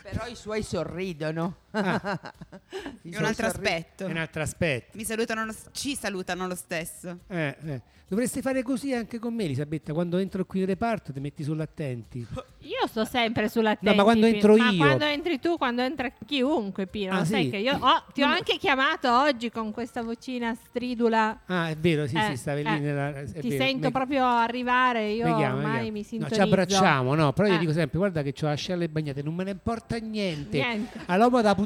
D: Però i suoi sorridono.
B: Ah.
D: I
G: È
D: suoi
G: un altro
D: sorri-
G: aspetto.
B: È un altro aspetto.
G: Mi salutano, lo- ci salutano lo stesso.
B: Eh, eh. Dovresti fare così anche con me, Elisabetta. Quando entro qui in reparto ti metti sull'attenti.
I: Io sto sempre sull'attenti.
B: No, ma quando
I: Pino.
B: entro
I: Ma
B: io?
I: quando entri tu, quando entra chiunque, Pino.
B: Ah,
I: lo sai
B: sì?
I: che io oh, ti ho anche chiamato oggi con questa vocina stridula.
B: Ah, è vero, sì,
I: Eh,
B: sì, stavi lì
I: eh,
B: nella- è
I: ti
B: vero,
I: sento
B: mi-
I: proprio arrivare, io
B: Mi chiama, mi
I: ormai mi
B: chiama. No,
I: sintonizzo.
B: ci abbracciamo, no? Però io
I: Eh,
B: dico sempre: guarda che ho ascelle bagnate, non me ne importa niente.
I: Niente.
B: All'uomo da puzzati.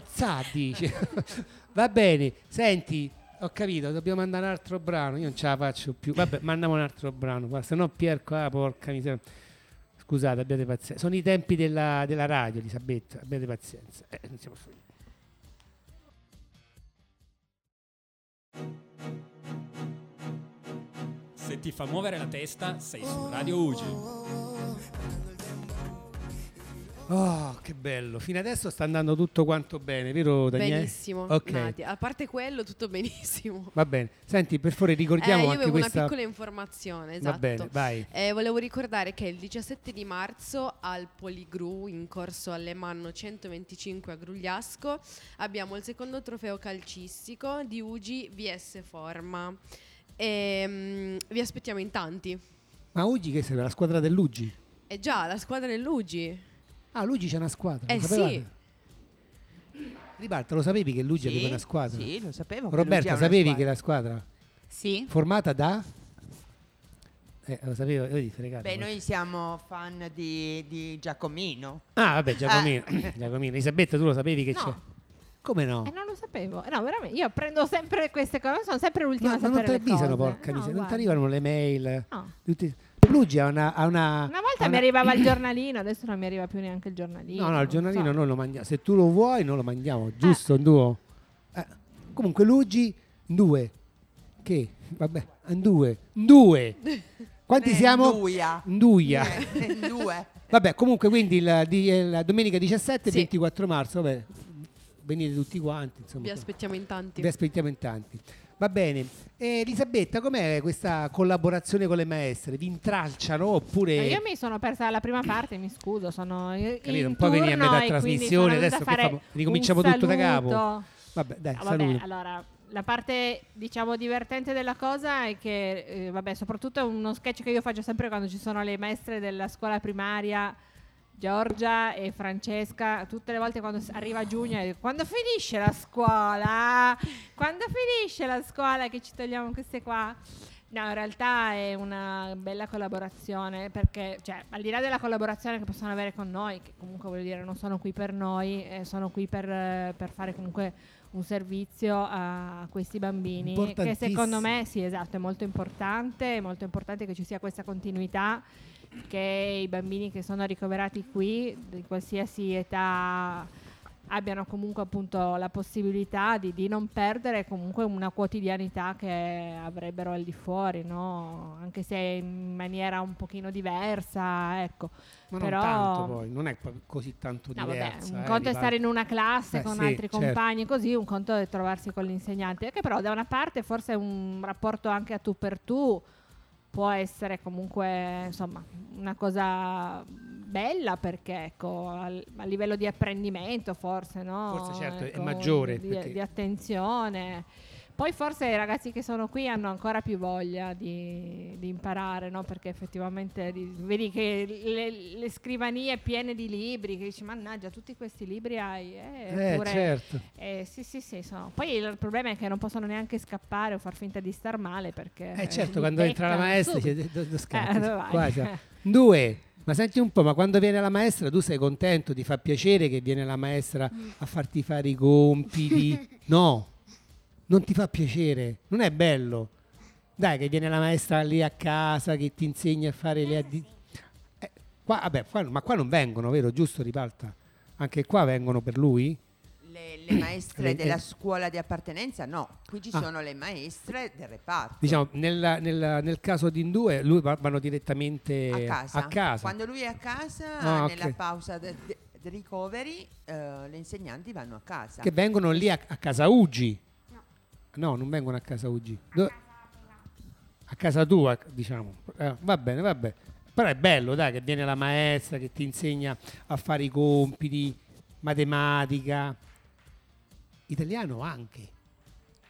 B: dice. Va bene, senti, ho capito, dobbiamo andare un altro brano. Io non ce la faccio più. Vabbè, mandiamo un altro brano. Qua, se no, Pierco, ah, porca miseria. Scusate, abbiate pazienza. Sono i tempi della, della radio, Elisabetta. Abbiate pazienza. Eh, non siamo fuori.
P: Se ti fa muovere la testa, sei su Radio Ugi.
B: Oh, che bello. Fino adesso sta andando tutto quanto bene, vero Daniele?
C: Benissimo,
B: Ok.
C: Nati. A parte quello, tutto benissimo.
B: Va bene. Senti, per favore,
C: Eh,
B: ricordiamo
C: io
B: anche
C: avevo
B: questa
C: una piccola informazione, esatto.
B: Va bene, vai.
C: Eh, volevo ricordare che il 17 di marzo al Poligru in corso Alemanno 125 a Grugliasco abbiamo il secondo trofeo calcistico di UGI VS Forma. E, vi aspettiamo in tanti.
B: Ma Ugi che serve? La squadra dell'Uggi?
C: E già, la squadra dell'UGI.
B: Ah, Luigi c'è una squadra.
C: Eh
B: lo
C: sì,
B: sapevate? Ribalta, lo sapevi che Luigi
D: Sì,
B: aveva una squadra?
D: sì, lo sapevo che Luigi
B: Roberta,
D: ha una
B: sapevi
D: squadra.
B: che la squadra?
G: Sì.
B: Formata da? Eh, lo sapevo, io gli fregato.
D: Beh, noi siamo fan di, di Giacomino.
B: Ah, vabbè, Giacomino. Giacomino. Elisabetta, tu lo sapevi che
I: No.
B: c'è? Come no?
I: Eh, non lo sapevo. Eh, No, veramente, io prendo sempre queste cose, sono sempre l'ultima
B: Ma
I: a
B: ma non
I: sapere
B: ti
I: le cose.
B: avvisano, porca
I: No,
B: miseria, non ti
I: guarda.
B: arrivano le mail.
I: No.
B: Tutti... Luigi ha una... Ha una,
I: Una volta
B: ha
I: mi arrivava il giornalino, adesso non mi arriva più neanche il giornalino.
B: No, no, il giornalino
I: non so.
B: noi lo mangiamo. Se tu lo vuoi, noi lo mangiamo, giusto? Duo. Eh, comunque, Luigi, due. Che? Vabbè, due. Due. Quanti
D: Eh,
B: siamo?
D: Nduia.
B: Nduia.
D: Eh, Due.
B: Vabbè, comunque, quindi il- di- eh, la domenica 17 e 24 marzo, vabbè, venite tutti quanti. Insomma,
C: vi aspettiamo in tanti.
B: vi aspettiamo in tanti. Va bene. Eh, Elisabetta, com'è questa collaborazione con le maestre? Vi intralciano oppure...
I: Eh, Io mi sono persa la prima parte, mi scuso, sono in
B: Capito? Un po' veniva a
I: turno
B: metà
I: e quindi sono
B: trasmissione,
I: dovuta
B: adesso che
I: fare
B: famo- ricominciamo
I: un
B: tutto da capo.
I: saluto.
B: Vabbè, dai,
I: Ah, vabbè,
B: saluto.
I: allora, la parte diciamo divertente della cosa è che, eh, vabbè, soprattutto è uno sketch che io faccio sempre quando ci sono le maestre della scuola primaria, Giorgia e Francesca, tutte le volte quando s- arriva giugno, e- quando finisce la scuola? Quando finisce la scuola che ci togliamo queste qua? No, in realtà è una bella collaborazione perché, cioè, al di là della collaborazione che possono avere con noi, che comunque voglio dire non sono qui per noi, eh, sono qui per, eh, per fare comunque un servizio a questi bambini che secondo me sì, esatto, è molto importante, è molto importante che ci sia questa continuità che i bambini che sono ricoverati qui di qualsiasi età abbiano comunque appunto la possibilità di, di non perdere comunque una quotidianità che avrebbero al di fuori, no? anche se in maniera un pochino diversa, ecco.
B: Ma
I: Però
B: non tanto poi, non è proprio così tanto
I: No, vabbè,
B: diversa.
I: un
B: eh,
I: conto è
B: riparto.
I: stare in una classe
B: Eh,
I: con
B: sì,
I: altri
B: certo.
I: compagni così, un conto è trovarsi con l'insegnante, che però da una parte forse un rapporto anche a tu per tu può essere comunque insomma una cosa bella perché ecco al- a livello di apprendimento forse no?
B: Forse, certo, è
I: Ecco,
B: maggiore,
I: di,
B: perché- Eh,
I: di attenzione poi forse i ragazzi che sono qui hanno ancora più voglia di, di imparare, no? Perché effettivamente di- vedi che le, le scrivanie piene di libri, che dici mannaggia tutti questi libri hai. Eh,
B: Eh,
I: eppure-
B: certo.
I: eh, sì, sì, sì. sono- Poi il problema è che non possono neanche scappare o far finta di star male perché...
B: Eh
I: li
B: certo, quando entra la
I: beccano
B: maestra dice,
I: subito.
B: "Do- do- do
I: Eh,
B: scatti,
I: dove vai?
B: qua c'è." Due, ma senti un po', ma quando viene la maestra tu sei contento, ti fa piacere che viene la maestra a farti fare i compiti? No, non ti fa piacere, non è bello. Dai, che viene la maestra lì a casa che ti insegna a fare le addi- Eh, qua, vabbè, qua- ma qua non vengono, vero? Giusto, ripalta. Anche qua vengono per lui?
D: Le, le maestre
B: Le-
D: della
B: eh.
D: scuola di appartenenza? No, qui ci
B: Ah.
D: sono le maestre del reparto.
B: Diciamo, nella- nella- nel caso di Indue, lui va- vanno direttamente
D: a casa.
B: a casa.
D: Quando lui è a casa,
B: Ah, ok.
D: nella pausa del del recovery, eh, le insegnanti vanno a casa.
B: Che vengono lì a, a casa Uggi. No. non vengono a casa Uggi. Do- a casa tua, diciamo. Eh, va bene, va bene. Però è bello, dai, che viene la maestra che ti insegna a fare i compiti, matematica, italiano anche.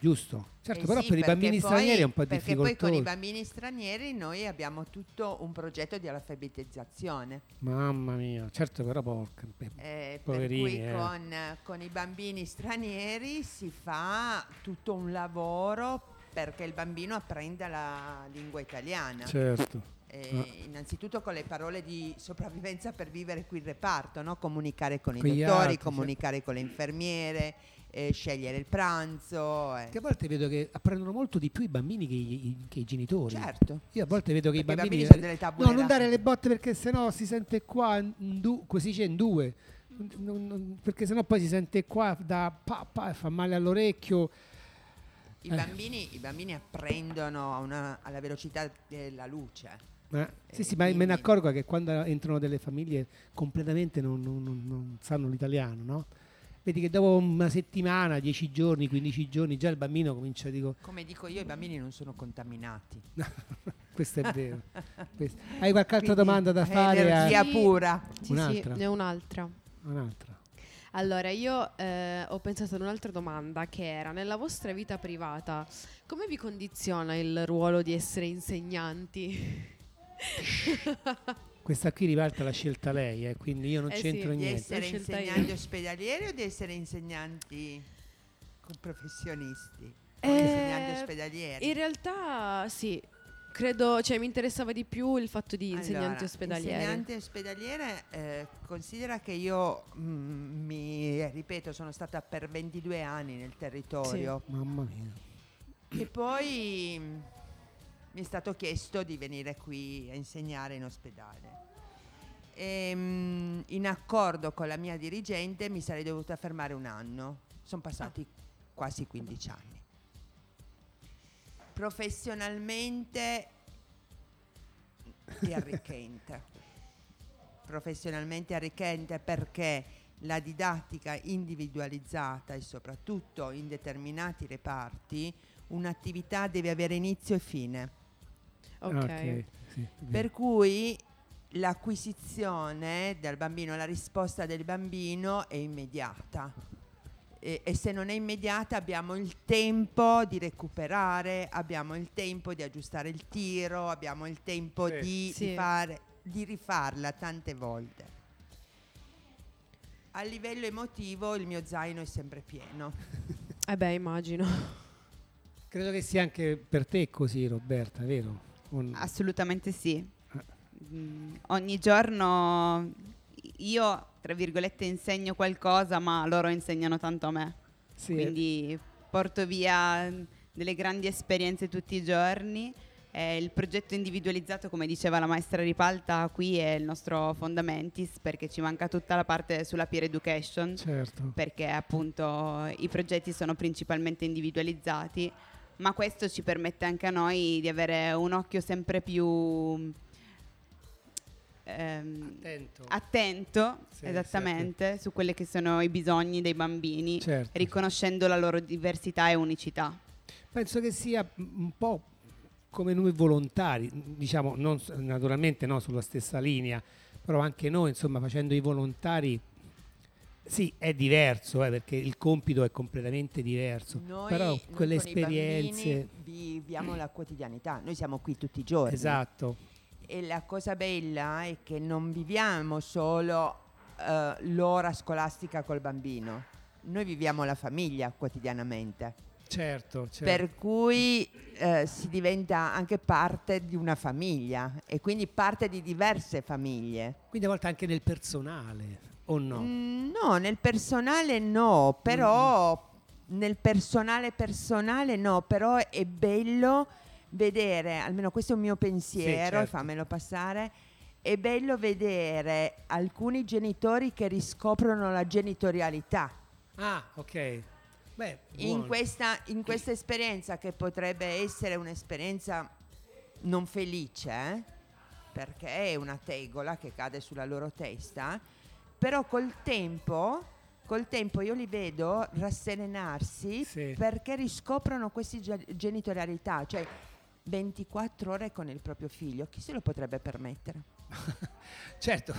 B: Giusto? Certo,
D: Eh
B: però
D: sì,
B: per i
D: perché
B: bambini
D: poi-
B: stranieri è un po'
D: Perché poi con i
B: difficoltoso.
D: bambini stranieri noi abbiamo tutto un progetto di alfabetizzazione.
B: Mamma mia, certo, però porca. pe-
D: Eh,
B: poverini,
D: per
B: eh.
D: cui con, con i bambini stranieri si fa tutto un lavoro perché il bambino apprenda la lingua italiana.
B: Certo.
D: Eh,
B: Ah.
D: Innanzitutto con le parole di sopravvivenza per vivere qui in reparto, no? comunicare con i
B: Con gli
D: dottori,
B: altri,
D: comunicare con le infermiere, eh, scegliere il pranzo. eh.
B: Che a volte vedo che apprendono molto di più i bambini che i, che i genitori.
D: Certo.
B: Io a volte vedo che
D: Perché i
B: i bambini.
D: bambini sono delle
B: no,
D: tabule
B: non
D: rase.
B: dare le botte perché sennò si sente qua, in du- così c'è in due. Non- non- perché sennò poi si sente qua da pa, pa, e fa male all'orecchio.
D: I,
B: Eh.
D: bambini, i bambini apprendono a una- alla velocità della luce.
B: Ma- sì, sì, ma
D: Eh,
B: me ne accorgo che quando entrano delle famiglie completamente non, non- non- non sanno l'italiano, no? Vedi che dopo una settimana, 10 giorni, 15 giorni, già il bambino comincia a dire
D: Come dico io, i bambini non sono contaminati.
B: questo è vero. questo- Hai qualche altra
D: Quindi,
B: domanda da
D: è
B: fare?
D: energia
B: Sì.
D: pura.
C: Sì,
B: Un'altra?
C: sì, ne ho un'altra.
B: Un'altra.
C: Allora, io eh, ho pensato ad un'altra domanda che era, nella vostra vita privata, come vi condiziona il ruolo di essere insegnanti?
B: Questa qui ribalta la scelta lei, eh, quindi io non
D: Eh sì,
B: c'entro
D: di
B: niente.
D: essere
C: scelta io.
D: insegnanti ospedalieri o di essere insegnanti con professionisti?
C: Eh,
D: insegnanti ospedalieri.
C: In realtà sì, credo, cioè mi interessava di più il fatto di insegnanti
D: Allora,
C: ospedalieri.
D: Insegnante ospedaliere, eh, considera che io mm, mi ripeto, sono stata per 22 anni nel territorio
B: Mamma mia.
D: e poi mm, mi è stato chiesto di venire qui a insegnare in ospedale. E, mm, in accordo con la mia dirigente mi sarei dovuta fermare un anno. Sono passati quasi 15 anni. Professionalmente è arricchente. Professionalmente arricchente perché la didattica individualizzata e soprattutto in determinati reparti un'attività deve avere inizio e fine.
B: Ah, ok, sì, è vero.
D: Per cui l'acquisizione dal bambino, la risposta del bambino è immediata. E, e se non è immediata abbiamo il tempo di recuperare, abbiamo il tempo di aggiustare il tiro, abbiamo il tempo
O: Sì.
D: di,
O: Sì.
D: di fare- di rifarla tante volte. A livello emotivo il mio zaino è sempre pieno.
C: Eh beh, immagino.
B: Credo che sia anche per te così, Roberta, vero? Un-
G: Assolutamente sì.
B: Ah.
G: Mm, Ogni giorno io, tra virgolette, insegno qualcosa, ma loro insegnano tanto a me.
B: Sì. eh,
G: Quindi porto via mm, delle grandi esperienze tutti i giorni. Eh, il progetto individualizzato, come diceva la maestra Ripalta, qui è il nostro fondamentis perché ci manca tutta la parte sulla peer education
B: Certo.
G: perché appunto i progetti sono principalmente individualizzati, ma questo ci permette anche a noi di avere un occhio sempre più mm, ehm,
B: attento, Certo. Sì,
G: esattamente su quelli che sono i bisogni dei bambini,
B: Certo.
G: riconoscendo la loro diversità e unicità.
B: Penso che sia un po' come noi volontari, diciamo, non s- naturalmente no, sulla stessa linea, però anche noi, insomma, facendo i volontari, sì, è diverso, eh, perché il compito è completamente diverso,
D: Noi,
B: però
D: noi
B: quelle
D: con i bambini
B: esperienze...
D: viviamo la quotidianità, noi siamo qui tutti i giorni.
B: Esatto.
D: E la cosa bella è che non viviamo solo eh, l'ora scolastica col bambino, noi viviamo la famiglia quotidianamente.
B: Certo, certo.
D: Per cui eh, si diventa anche parte di una famiglia e quindi parte di diverse famiglie.
B: Quindi a volte anche nel personale, o no?
D: Mm, No, nel personale no, però nel personale personale no, però è bello vedere, almeno questo è un mio pensiero, e
B: certo.
D: fammelo passare, è bello vedere alcuni genitori che riscoprono la genitorialità.
B: Ah, ok. Beh, buono.
D: In questa, in questa esperienza che potrebbe essere un'esperienza non felice, eh, perché è una tegola che cade sulla loro testa, però col tempo, col tempo io li vedo rasserenarsi perché riscoprono questa genitorialità, cioè 24 ore con il proprio figlio, chi se lo potrebbe permettere?
B: Certo.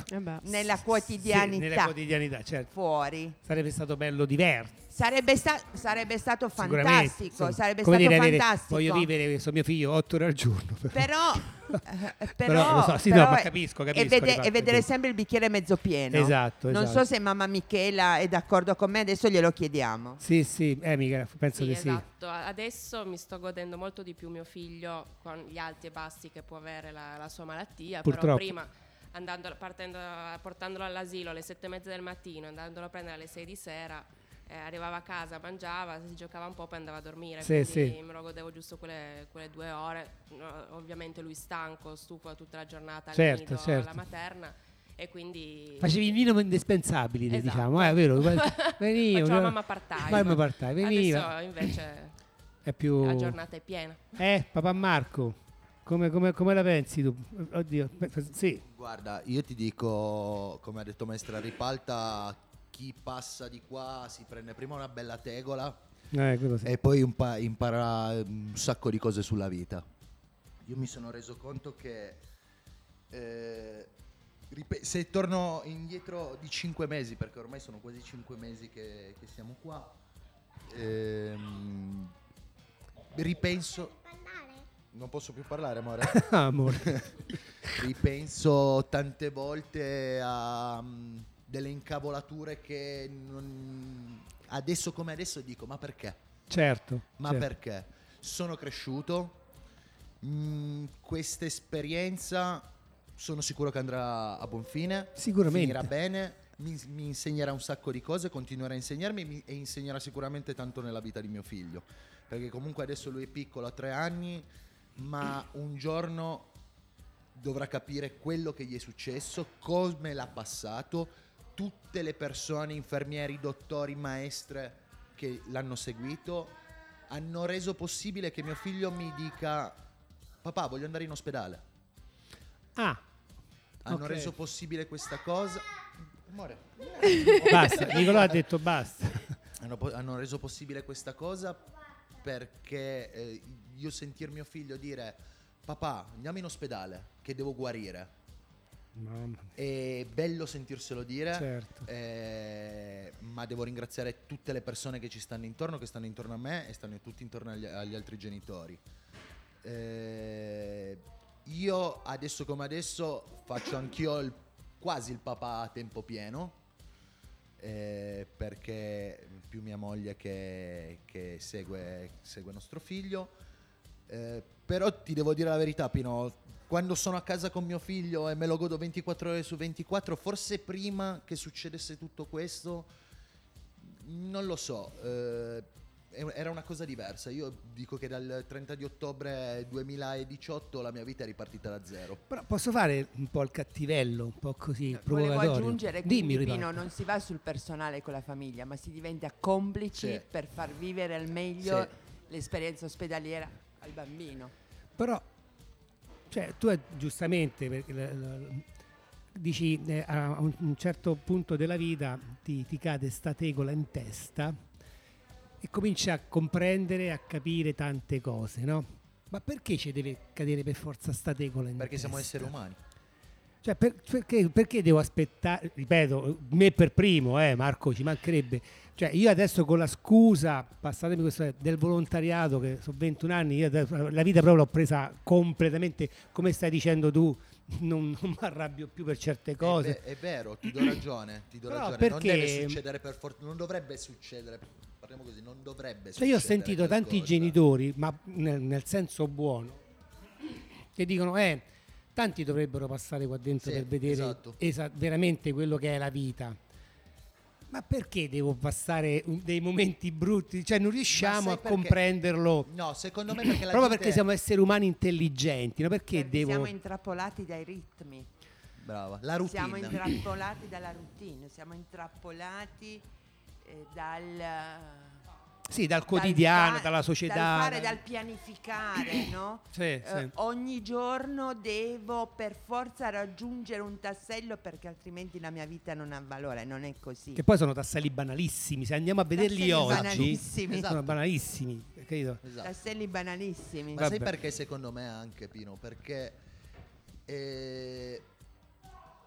D: Nella
B: Sì,
D: quotidianità.
B: nella quotidianità, certo.
D: Fuori.
B: Sarebbe stato bello diverso.
D: Sarebbe, sta- sarebbe stato
B: sicuramente.
D: fantastico,
B: Insomma,
D: sarebbe
B: come
D: stato
B: dire, avere-
D: fantastico.
B: voglio vivere questo mio figlio otto ore al giorno. Però.
D: però, eh,
B: Però, lo so, sì, no,
D: però
B: ma
D: è-
B: capisco,
D: e
B: capisco,
D: vede-
B: Ripalta,
D: e vedere
B: capisco.
D: sempre il bicchiere mezzo pieno
B: Esatto,
D: non
B: esatto.
D: so se mamma Michela è d'accordo con me adesso glielo chiediamo
B: Sì, sì, eh, mica, penso
E: Sì,
B: che
E: esatto. A- Adesso mi sto godendo molto di più mio figlio con gli alti e bassi che può avere la, la sua malattia. Però
B: Purtroppo.
E: prima, andando, partendo, portandolo all'asilo alle sette e mezza del mattino, andandolo a prendere alle 6 di sera, eh, arrivava a casa, mangiava, si giocava un po', poi andava a dormire.
B: Sì,
E: quindi
B: sì.
E: me lo godevo giusto quelle, quelle due ore. No, ovviamente lui stanco, stufo tutta la giornata al
B: Certo,
E: nido,
B: certo.
E: alla materna. E quindi...
B: sì. Facevi il minimo indispensabile,
E: Esatto.
B: diciamo, eh, è vero? Venivo,
E: Facciamo
B: no?
E: mamma part-time.
B: Mamma part-time, veniva.
E: Adesso invece
B: È più...
E: la giornata è piena.
B: Eh, papà Marco, Come, come- come la pensi tu? Oddio, aspetta, sì.
F: Guarda, io ti dico, come ha detto maestra Ripalta, chi passa di qua si prende prima una bella tegola
B: Eh, quello sì.
F: e poi un pa- impara un sacco di cose sulla vita. Io mi sono reso conto che eh, ripe- se torno indietro di 5 mesi, perché ormai sono quasi 5 mesi che, che siamo qua, ehm, ripenso... Non posso più parlare, amore.
B: Ah, amore.
F: Ripenso tante volte a mm, delle incavolature che non- adesso come adesso dico, ma perché?
B: Certo.
F: Ma
B: certo.
F: perché? Sono cresciuto, mm, questa esperienza sono sicuro che andrà a buon fine.
B: Sicuramente.
F: Finirà bene, mi, mi insegnerà un sacco di cose, continuerà a insegnarmi mi- e insegnerà sicuramente tanto nella vita di mio figlio. Perché comunque adesso lui è piccolo, ha tre anni, ma un giorno dovrà capire quello che gli è successo, come l'ha passato, tutte le persone, infermieri, dottori, maestre che l'hanno seguito, hanno reso possibile che mio figlio mi dica papà voglio andare in ospedale.
B: Ah.
F: Hanno
B: ok.
F: reso possibile questa cosa. Amore.
B: Basta, Nicolò ha detto basta.
F: hanno, po- hanno reso possibile questa cosa perché eh, io sentir mio figlio dire papà andiamo in ospedale che devo guarire è bello sentirselo dire
B: Certo.
F: eh, ma devo ringraziare tutte le persone che ci stanno intorno che stanno intorno a me e stanno tutti intorno agli, agli altri genitori Eh, io adesso come adesso faccio anch'io il- quasi il papà a tempo pieno eh, perché più mia moglie che, che segue, segue nostro figlio. Eh, però ti devo dire la verità, Pino, quando sono a casa con mio figlio e me lo godo 24 ore su 24, forse prima che succedesse tutto questo, non lo so, eh, è- era una cosa diversa. Io dico che dal 30 di ottobre 2018 la mia vita è ripartita da zero.
B: Però posso fare un po' il cattivello, un po' così,
D: Eh, Volevo
B: provocatorio.
D: aggiungere che
B: Dimmi,
D: Pino
B: Ripalta.
D: non si va sul personale con la famiglia, ma si diventa complici
F: Sì.
D: per far vivere al meglio
F: Sì.
D: l'esperienza ospedaliera al bambino.
B: Però, cioè, tu eh, giustamente perché la- la- dici eh, a un un certo punto della vita ti, ti cade sta tegola in testa e cominci a comprendere, a capire tante cose, no? Ma perché ci deve cadere per forza sta tegola in
F: Perché
B: testa?
F: siamo esseri umani.
B: Cioè, per- perché, perché devo aspettare, ripeto, me per primo, eh, Marco, ci mancherebbe. Cioè, io adesso con la scusa, passatemi questo, del volontariato, che sono 21 anni, io adesso la vita proprio l'ho presa completamente, come stai dicendo tu, non, non mi arrabbio più per certe cose.
F: Eh Beh, è vero, ti do ragione, ti do
B: Però
F: ragione. Non
B: perché-
F: deve succedere per fortuna, non dovrebbe succedere, parliamo così, non
B: Cioè,
F: dovrebbe succedere.
B: io ho sentito
F: qualcosa.
B: tanti genitori, ma nel, nel senso buono, che dicono, eh, tanti dovrebbero passare qua dentro
F: Sì,
B: per vedere
F: esatto.
B: esa- veramente quello che è la vita. Ma perché devo passare un- dei momenti brutti? Cioè, non
F: Ma
B: riusciamo
F: sai
B: a
F: perché?
B: comprenderlo.
F: No, secondo me perché la
B: Proprio
F: gente-
B: perché siamo esseri umani intelligenti, no? Perché
D: Perché
B: devo...
D: Siamo intrappolati dai ritmi.
F: Brava, la routine.
D: Siamo intrappolati dalla routine, siamo intrappolati eh, dal
B: Sì, dal
D: dal
B: quotidiano,
D: fa-
B: dalla società.
D: dal fare,
B: dal-
D: dal pianificare, no?
B: Sì,
D: Eh,
B: sì.
D: Ogni giorno devo per forza raggiungere un tassello perché altrimenti la mia vita non ha valore, non è così.
B: Che poi sono tasselli banalissimi, se andiamo a vederli
D: Tasselli
B: oggi, eh,
D: banalissimi.
B: sono
D: Esatto.
B: banalissimi, capito?
D: Tasselli banalissimi.
F: Esatto. Ma sai
B: Vabbè.
F: perché secondo me anche Pino? Perché eh,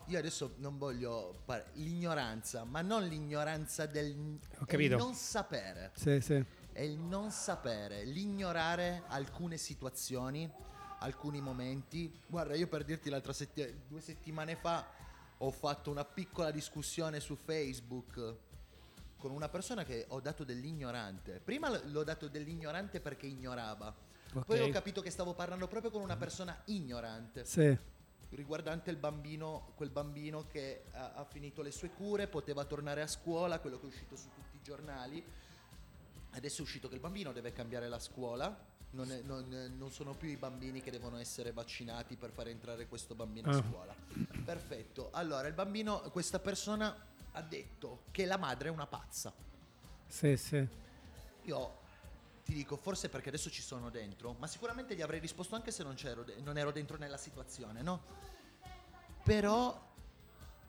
F: io adesso non voglio par- l'ignoranza, ma non l'ignoranza del
B: Ho capito.
F: è il non sapere.
B: Sì, sì.
F: È il non sapere, l'ignorare alcune situazioni, alcuni momenti. Guarda, io per dirti l'altra settimana, due settimane fa ho fatto una piccola discussione su Facebook con una persona che ho dato dell'ignorante. Prima l- l'ho dato dell'ignorante perché ignorava.
B: Ok.
F: Poi ho capito che stavo parlando proprio con una persona ignorante.
B: Sì.
F: Riguardante il bambino, quel bambino che ha, ha finito le sue cure, poteva tornare a scuola, quello che è uscito su tutti i giornali. Adesso è uscito che il bambino deve cambiare la scuola. Non, è- non- non sono più i bambini che devono essere vaccinati per far entrare questo bambino a
B: Ah.
F: scuola. Perfetto. Allora, il bambino, questa persona ha detto che la madre è una pazza.
B: Sì, sì.
F: Io ti dico, forse perché adesso ci sono dentro, ma sicuramente gli avrei risposto anche se non, c'ero de- non ero dentro nella situazione, no? Però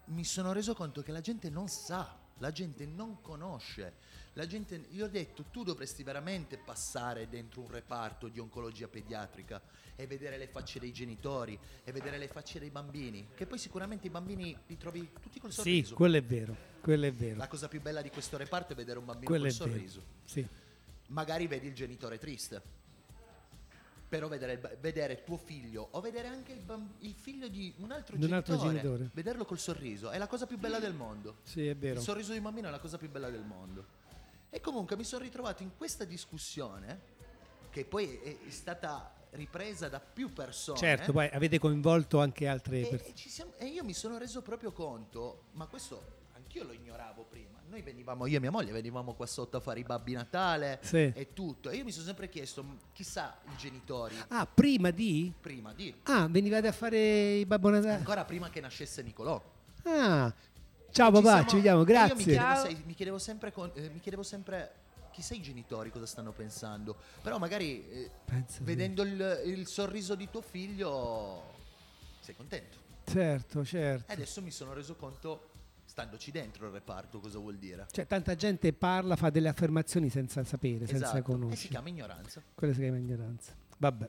F: mi sono reso conto che la gente non sa, la gente non conosce. La gente, io ho detto, tu dovresti veramente passare dentro un reparto di oncologia pediatrica e vedere le facce dei genitori, e vedere le facce dei bambini, che poi sicuramente i bambini li trovi tutti col sorriso.
B: Sì, quello è vero, quello è vero.
F: La cosa più bella di questo reparto è vedere un bambino
B: Quello è
F: col
B: vero.
F: sorriso.
B: Sì.
F: Magari vedi il genitore triste. Però vedere, il ba- vedere tuo figlio o vedere anche il, bam- il figlio di un altro,
B: Di un altro genitore.
F: vederlo col sorriso è la cosa più bella del mondo.
B: Sì, è vero.
F: Il sorriso di un bambino è la cosa più bella del mondo. E comunque mi sono ritrovato in questa discussione che poi è, è stata ripresa da più persone.
B: Certo, poi avete coinvolto anche altre
F: E,
B: persone.
F: e ci siamo- e io mi sono reso proprio conto, ma questo anch'io lo ignoravo prima. Noi venivamo, io e mia moglie venivamo qua sotto a fare i babbi Natale
B: Sì.
F: e tutto. E io mi sono sempre chiesto, "M, chissà i genitori
B: Ah, prima di?
F: prima di,
B: Ah, venivate a fare i Babbo Natale?
F: ancora prima che nascesse Nicolò.
B: Eh. Ah, ciao papà, ci, vediamo,
F: siamo- e io mi
B: grazie.
F: chiedevo, sai- mi chiedevo sempre, con- eh, mi chiedevo sempre chissà i genitori cosa stanno pensando. Però magari eh, vedendo il, il sorriso di tuo figlio sei contento.
B: Certo,
F: E
B: certo.
F: adesso mi sono reso conto, standoci dentro il reparto, cosa vuol dire.
B: Cioè, tanta gente parla, fa delle affermazioni senza sapere, senza
F: Esatto,
B: conoscere.
F: e si chiama ignoranza.
B: Quella si chiama ignoranza. Vabbè.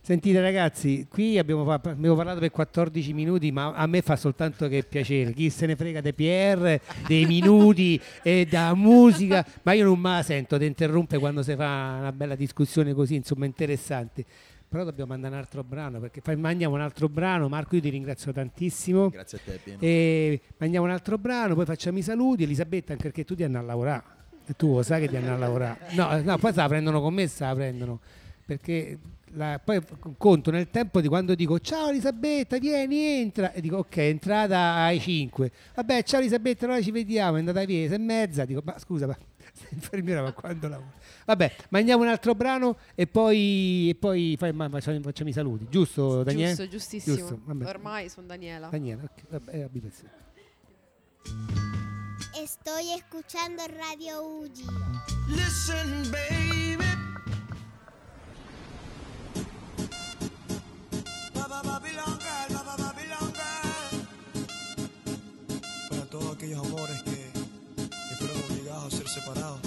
B: Sentite ragazzi, qui abbiamo, fa- abbiamo parlato per 14 minuti, ma a me fa soltanto che piacere. Chi se ne frega dei PR, dei minuti e da musica, ma io non me la sento, ti interrompe quando si fa una bella discussione così, insomma, interessante. Però dobbiamo mandare un altro brano, perché poi mandiamo un altro brano. Marco, io ti ringrazio tantissimo.
F: Grazie a te, Piero.
B: E mandiamo un altro brano, poi facciamo i saluti. Elisabetta, anche perché tu ti hanno a lavorare. E tu lo sai che ti hanno a lavorare. No, eh, no, poi se la prendono con me, se la prendono. Perché la- poi f- conto nel tempo di quando dico ciao Elisabetta, vieni, entra. E dico ok, è entrata ai 5. Vabbè, ciao Elisabetta, allora ci vediamo. È andata via, sei e mezza. Dico ma scusa, ma sei infermiera, ma quando lavora? Vabbè, mandiamo un altro brano e poi, e poi fai- ma- facciamo, facciamo i saluti, giusto Daniele?
C: Giusto, giustissimo.
B: Giusto, vabbè.
C: Ormai sono Daniela.
B: Daniele, ok, vabbè, abbi sì.
N: Estoy escuchando Radio Uji.
A: Listen, baby. Baba Babylon Girl, Baba Babylon Girl.
J: Para todos aquellos amores que, que fueron obligados a ser separados.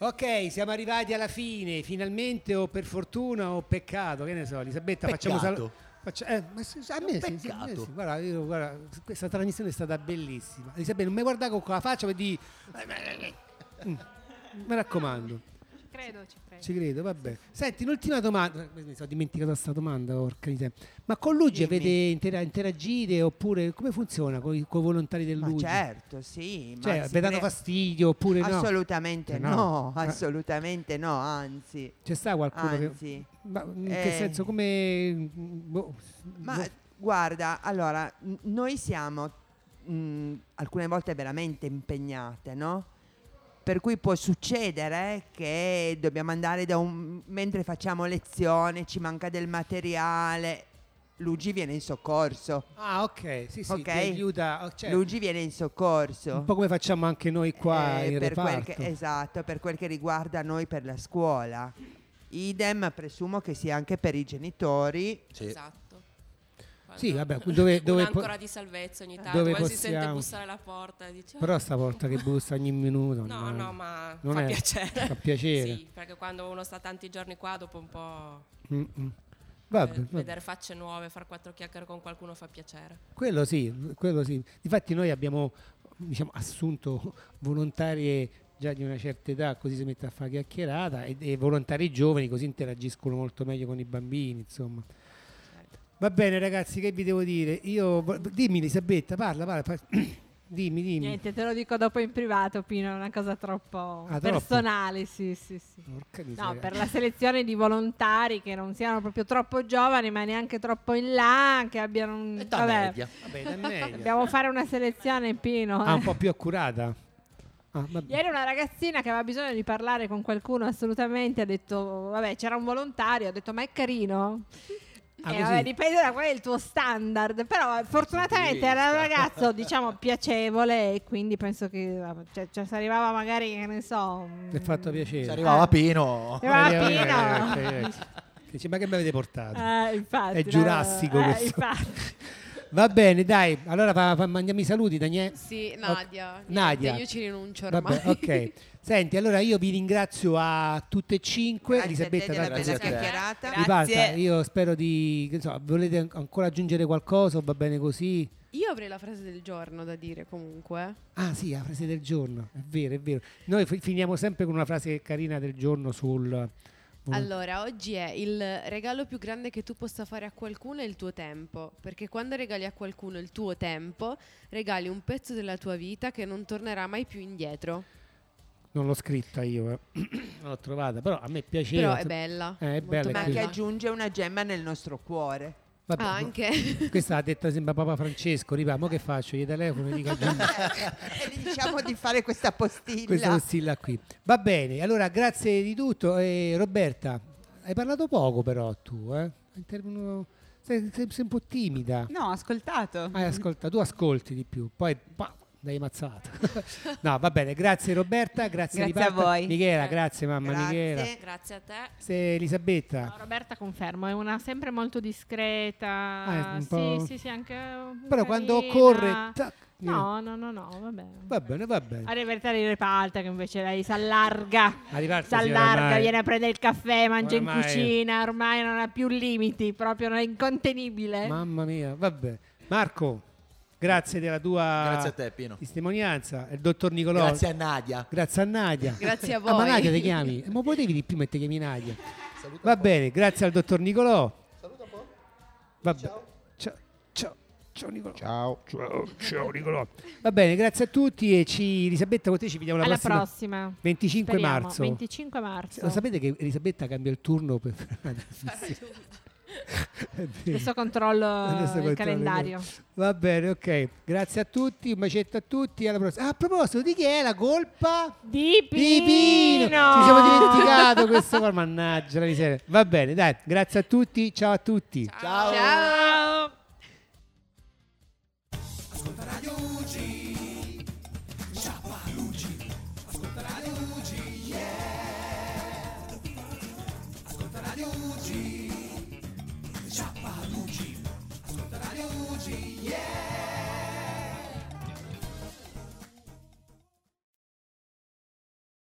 B: Ok, siamo arrivati alla fine, finalmente o per fortuna o peccato, che ne so, Elisabetta, facciamo
F: Peccato.
B: saluti. eh, ma se- a me, sì, sì, a me
F: peccato.
B: sì, guarda, io- guarda, questa trasmissione è stata bellissima. Elisabetta, non mi guarda con la faccia per dire... Mm, Mi raccomando,
I: Ci credo, ci credo.
B: ci credo, vabbè. Senti, un'ultima domanda, eh, mi sono dimenticato questa domanda, porca miseria. Ma con Luigi avete intera- interagite oppure come funziona con i, con i volontari del
D: Ma
B: Luigi?
D: certo, sì. ma
B: Cioè,
D: si
B: vi danno
D: crea-
B: fastidio oppure no?
D: Assolutamente no,
B: Eh,
D: assolutamente no, anzi.
B: C'è Cioè, sta qualcuno che-
D: Anzi.
B: Ma in che
D: Eh.
B: senso, come... boh,
D: Ma
B: boh.
D: guarda, allora, n- noi siamo mh, alcune volte veramente impegnate, no? Per cui può succedere che dobbiamo andare da un... mentre facciamo lezione, ci manca del materiale, Luigi viene in soccorso.
B: Ah, ok, sì, sì,
D: Ok?
B: ti aiuta. oh, certo.
D: Luigi viene in soccorso.
B: Un po' come facciamo anche noi qua
D: Eh,
B: in
D: per quel
B: reparto.
D: che- esatto, per quel che riguarda noi per la scuola. Idem, presumo che sia anche per i genitori.
E: Esatto.
B: Sì,
E: Quando-
B: vabbè, dove- dove po-
E: Un'ancora di salvezza ogni tanto,
B: dove
E: poi si
B: possiamo-
E: sente bussare alla porta e dice...
B: Però sta porta che bussa ogni minuto.
E: No,
B: non-
E: no, ma
B: non
E: fa
B: è-
E: piacere.
B: Fa piacere.
E: Sì, perché quando uno sta tanti giorni qua, dopo un po'...
B: Mm, mm. Vabbè,
E: eh,
B: vabbè.
E: vedere facce nuove, far quattro chiacchiere con qualcuno fa piacere.
B: Quello sì, quello sì. Difatti noi abbiamo diciamo, assunto volontarie già di una certa età, così si mette a fare chiacchierata, e, e volontari giovani così interagiscono molto meglio con i bambini, insomma.
I: Certo.
B: Va bene ragazzi, che vi devo dire? Io, vo- dimmi Elisabetta, parla, parla, parla. dimmi, dimmi.
I: Niente, te lo dico dopo in privato, Pino, è una cosa troppo
B: Ah, troppo?
I: personale, sì, sì, sì.
B: Porca
I: No,
B: miseria.
I: per la selezione di volontari che non siano proprio troppo giovani, ma neanche troppo in là, che abbiano un...
B: Età
I: vabbè.
B: media. Vabbè, età media.
I: Dobbiamo fare una selezione, Pino.
B: Ah,
I: eh.
B: un po' più accurata. Ah, vabbè.
I: Ieri una ragazzina che aveva bisogno di parlare con qualcuno assolutamente ha detto, vabbè, c'era un volontario, ha detto, ma è carino?
B: Ah,
I: Eh,
B: così?
I: vabbè, dipende da qual è il tuo standard, però eh, fortunatamente era un
B: Vista.
I: ragazzo diciamo piacevole e quindi penso che cioè, cioè, se arrivava magari che ne so,
B: Ti è fatto piacere.
F: Se arrivava Pino.
I: Arrivava
B: Arrivava
I: Pino.
B: ecco, ecco. Dice, ma che mi avete portato?
I: eh, infatti,
B: è
I: no,
B: giurassico
I: eh,
B: questo.
I: infatti.
B: Va bene, dai. Allora fa- fa- mandiamo i saluti, Daniele.
C: Sì,
B: Ok.
C: Nadia. Niente,
B: Nadia.
C: io ci rinuncio
B: Vabbè,
C: ormai.
B: ok. Senti, allora io vi ringrazio a tutte e cinque. Elisabetta,
D: della
B: tanto
D: bella
B: per-
D: chiacchierata.
B: Vi
D: Grazie.
B: basta, io spero di... che ne so, volete an- ancora aggiungere qualcosa o va bene così?
C: Io avrei la frase del giorno da dire comunque.
B: Ah sì, la frase del giorno, è vero, è vero. Noi fi- finiamo sempre con una frase carina del giorno sul... Mm.
C: Allora, oggi è il regalo più grande che tu possa fare a qualcuno è il tuo tempo, perché quando regali a qualcuno il tuo tempo, regali un pezzo della tua vita che non tornerà mai più indietro.
B: Non l'ho scritta io, eh. non l'ho trovata, però a me piaceva.
C: Però è bella,
B: Eh, è
C: molto
B: bella. è
D: Ma che
B: quella.
D: aggiunge una gemma nel nostro cuore.
B: Vabbè,
C: Ah,
B: no.
C: anche.
B: Questa l'ha detta sembra Papa Francesco, ripà, mo che faccio? Gli telefono e dico aggiungi
D: e gli diciamo di fare questa postilla.
B: questa postilla qui. Va bene, allora grazie di tutto. E Roberta, hai parlato poco però tu, eh? In termino- Sei, sei- sei un po' timida.
G: No, ho ascoltato.
B: Hai ascoltato, tu ascolti di più, poi pa, dai mazzata. no, va bene, grazie Roberta, grazie,
G: Grazie a
B: Ripata.
G: voi.
B: Michela, grazie mamma Michela.
E: Grazie a te.
B: Se Elisabetta.
I: No, Roberta confermo, è una sempre molto discreta.
B: Ah, è un po'-
I: Sì, sì, sì, anche un
B: Però quando
I: carina.
B: occorre, tac,
I: No, no, no, no, vabbè.
B: Va bene, va bene.
I: A verità di Repalta che invece lei si allarga.
B: Arrivarsi
I: Si allarga, viene a prendere il caffè, mangia
B: Oramai-
I: in cucina, ormai non ha più limiti, proprio non è
C: Eh?
I: incontenibile.
B: Mamma mia, vabbè. Marco, grazie della tua
F: Grazie a te, Pino.
B: testimonianza. Il dottor Nicolò.
F: Grazie a Nadia.
B: Grazie a Nadia.
C: Grazie a
B: Ah, ma
C: voi.
B: Nadia ti chiami? Eh, Ma potevi di più e ti chiami Nadia. Va bene, grazie al dottor Nicolò. Saluta un po'. Ciao. Ciao. Ciao. Ciao Nicolò. Ciao. Ciao, Nicolò. Va bene, grazie a tutti e ci Elisabetta con te ci vediamo la
I: Alla
B: prossima.
I: prossima.
B: 25
I: Speriamo,
B: marzo.
I: 25 marzo.
B: Lo sapete che Elisabetta cambia il turno per È vero.
I: Adesso controllo
B: Adesso
I: il
B: controllo.
I: calendario.
B: Va bene, ok. Grazie a tutti, un bacetto a tutti. Alla prossima. Ah, a proposito, di chi è la colpa?
I: Di
B: Di Pino! Ci siamo dimenticato questo qua. Mannaggia la miseria. Va bene, dai. Grazie a tutti. Ciao a tutti.
A: Ciao.
I: Ciao.
A: Ascolta Radio UG. Ciao Luigi. Ascolta Radio UG. Yeah. Ascolta Radio UG. Ciao Luigi. Ascolta Radio UG. Yeah.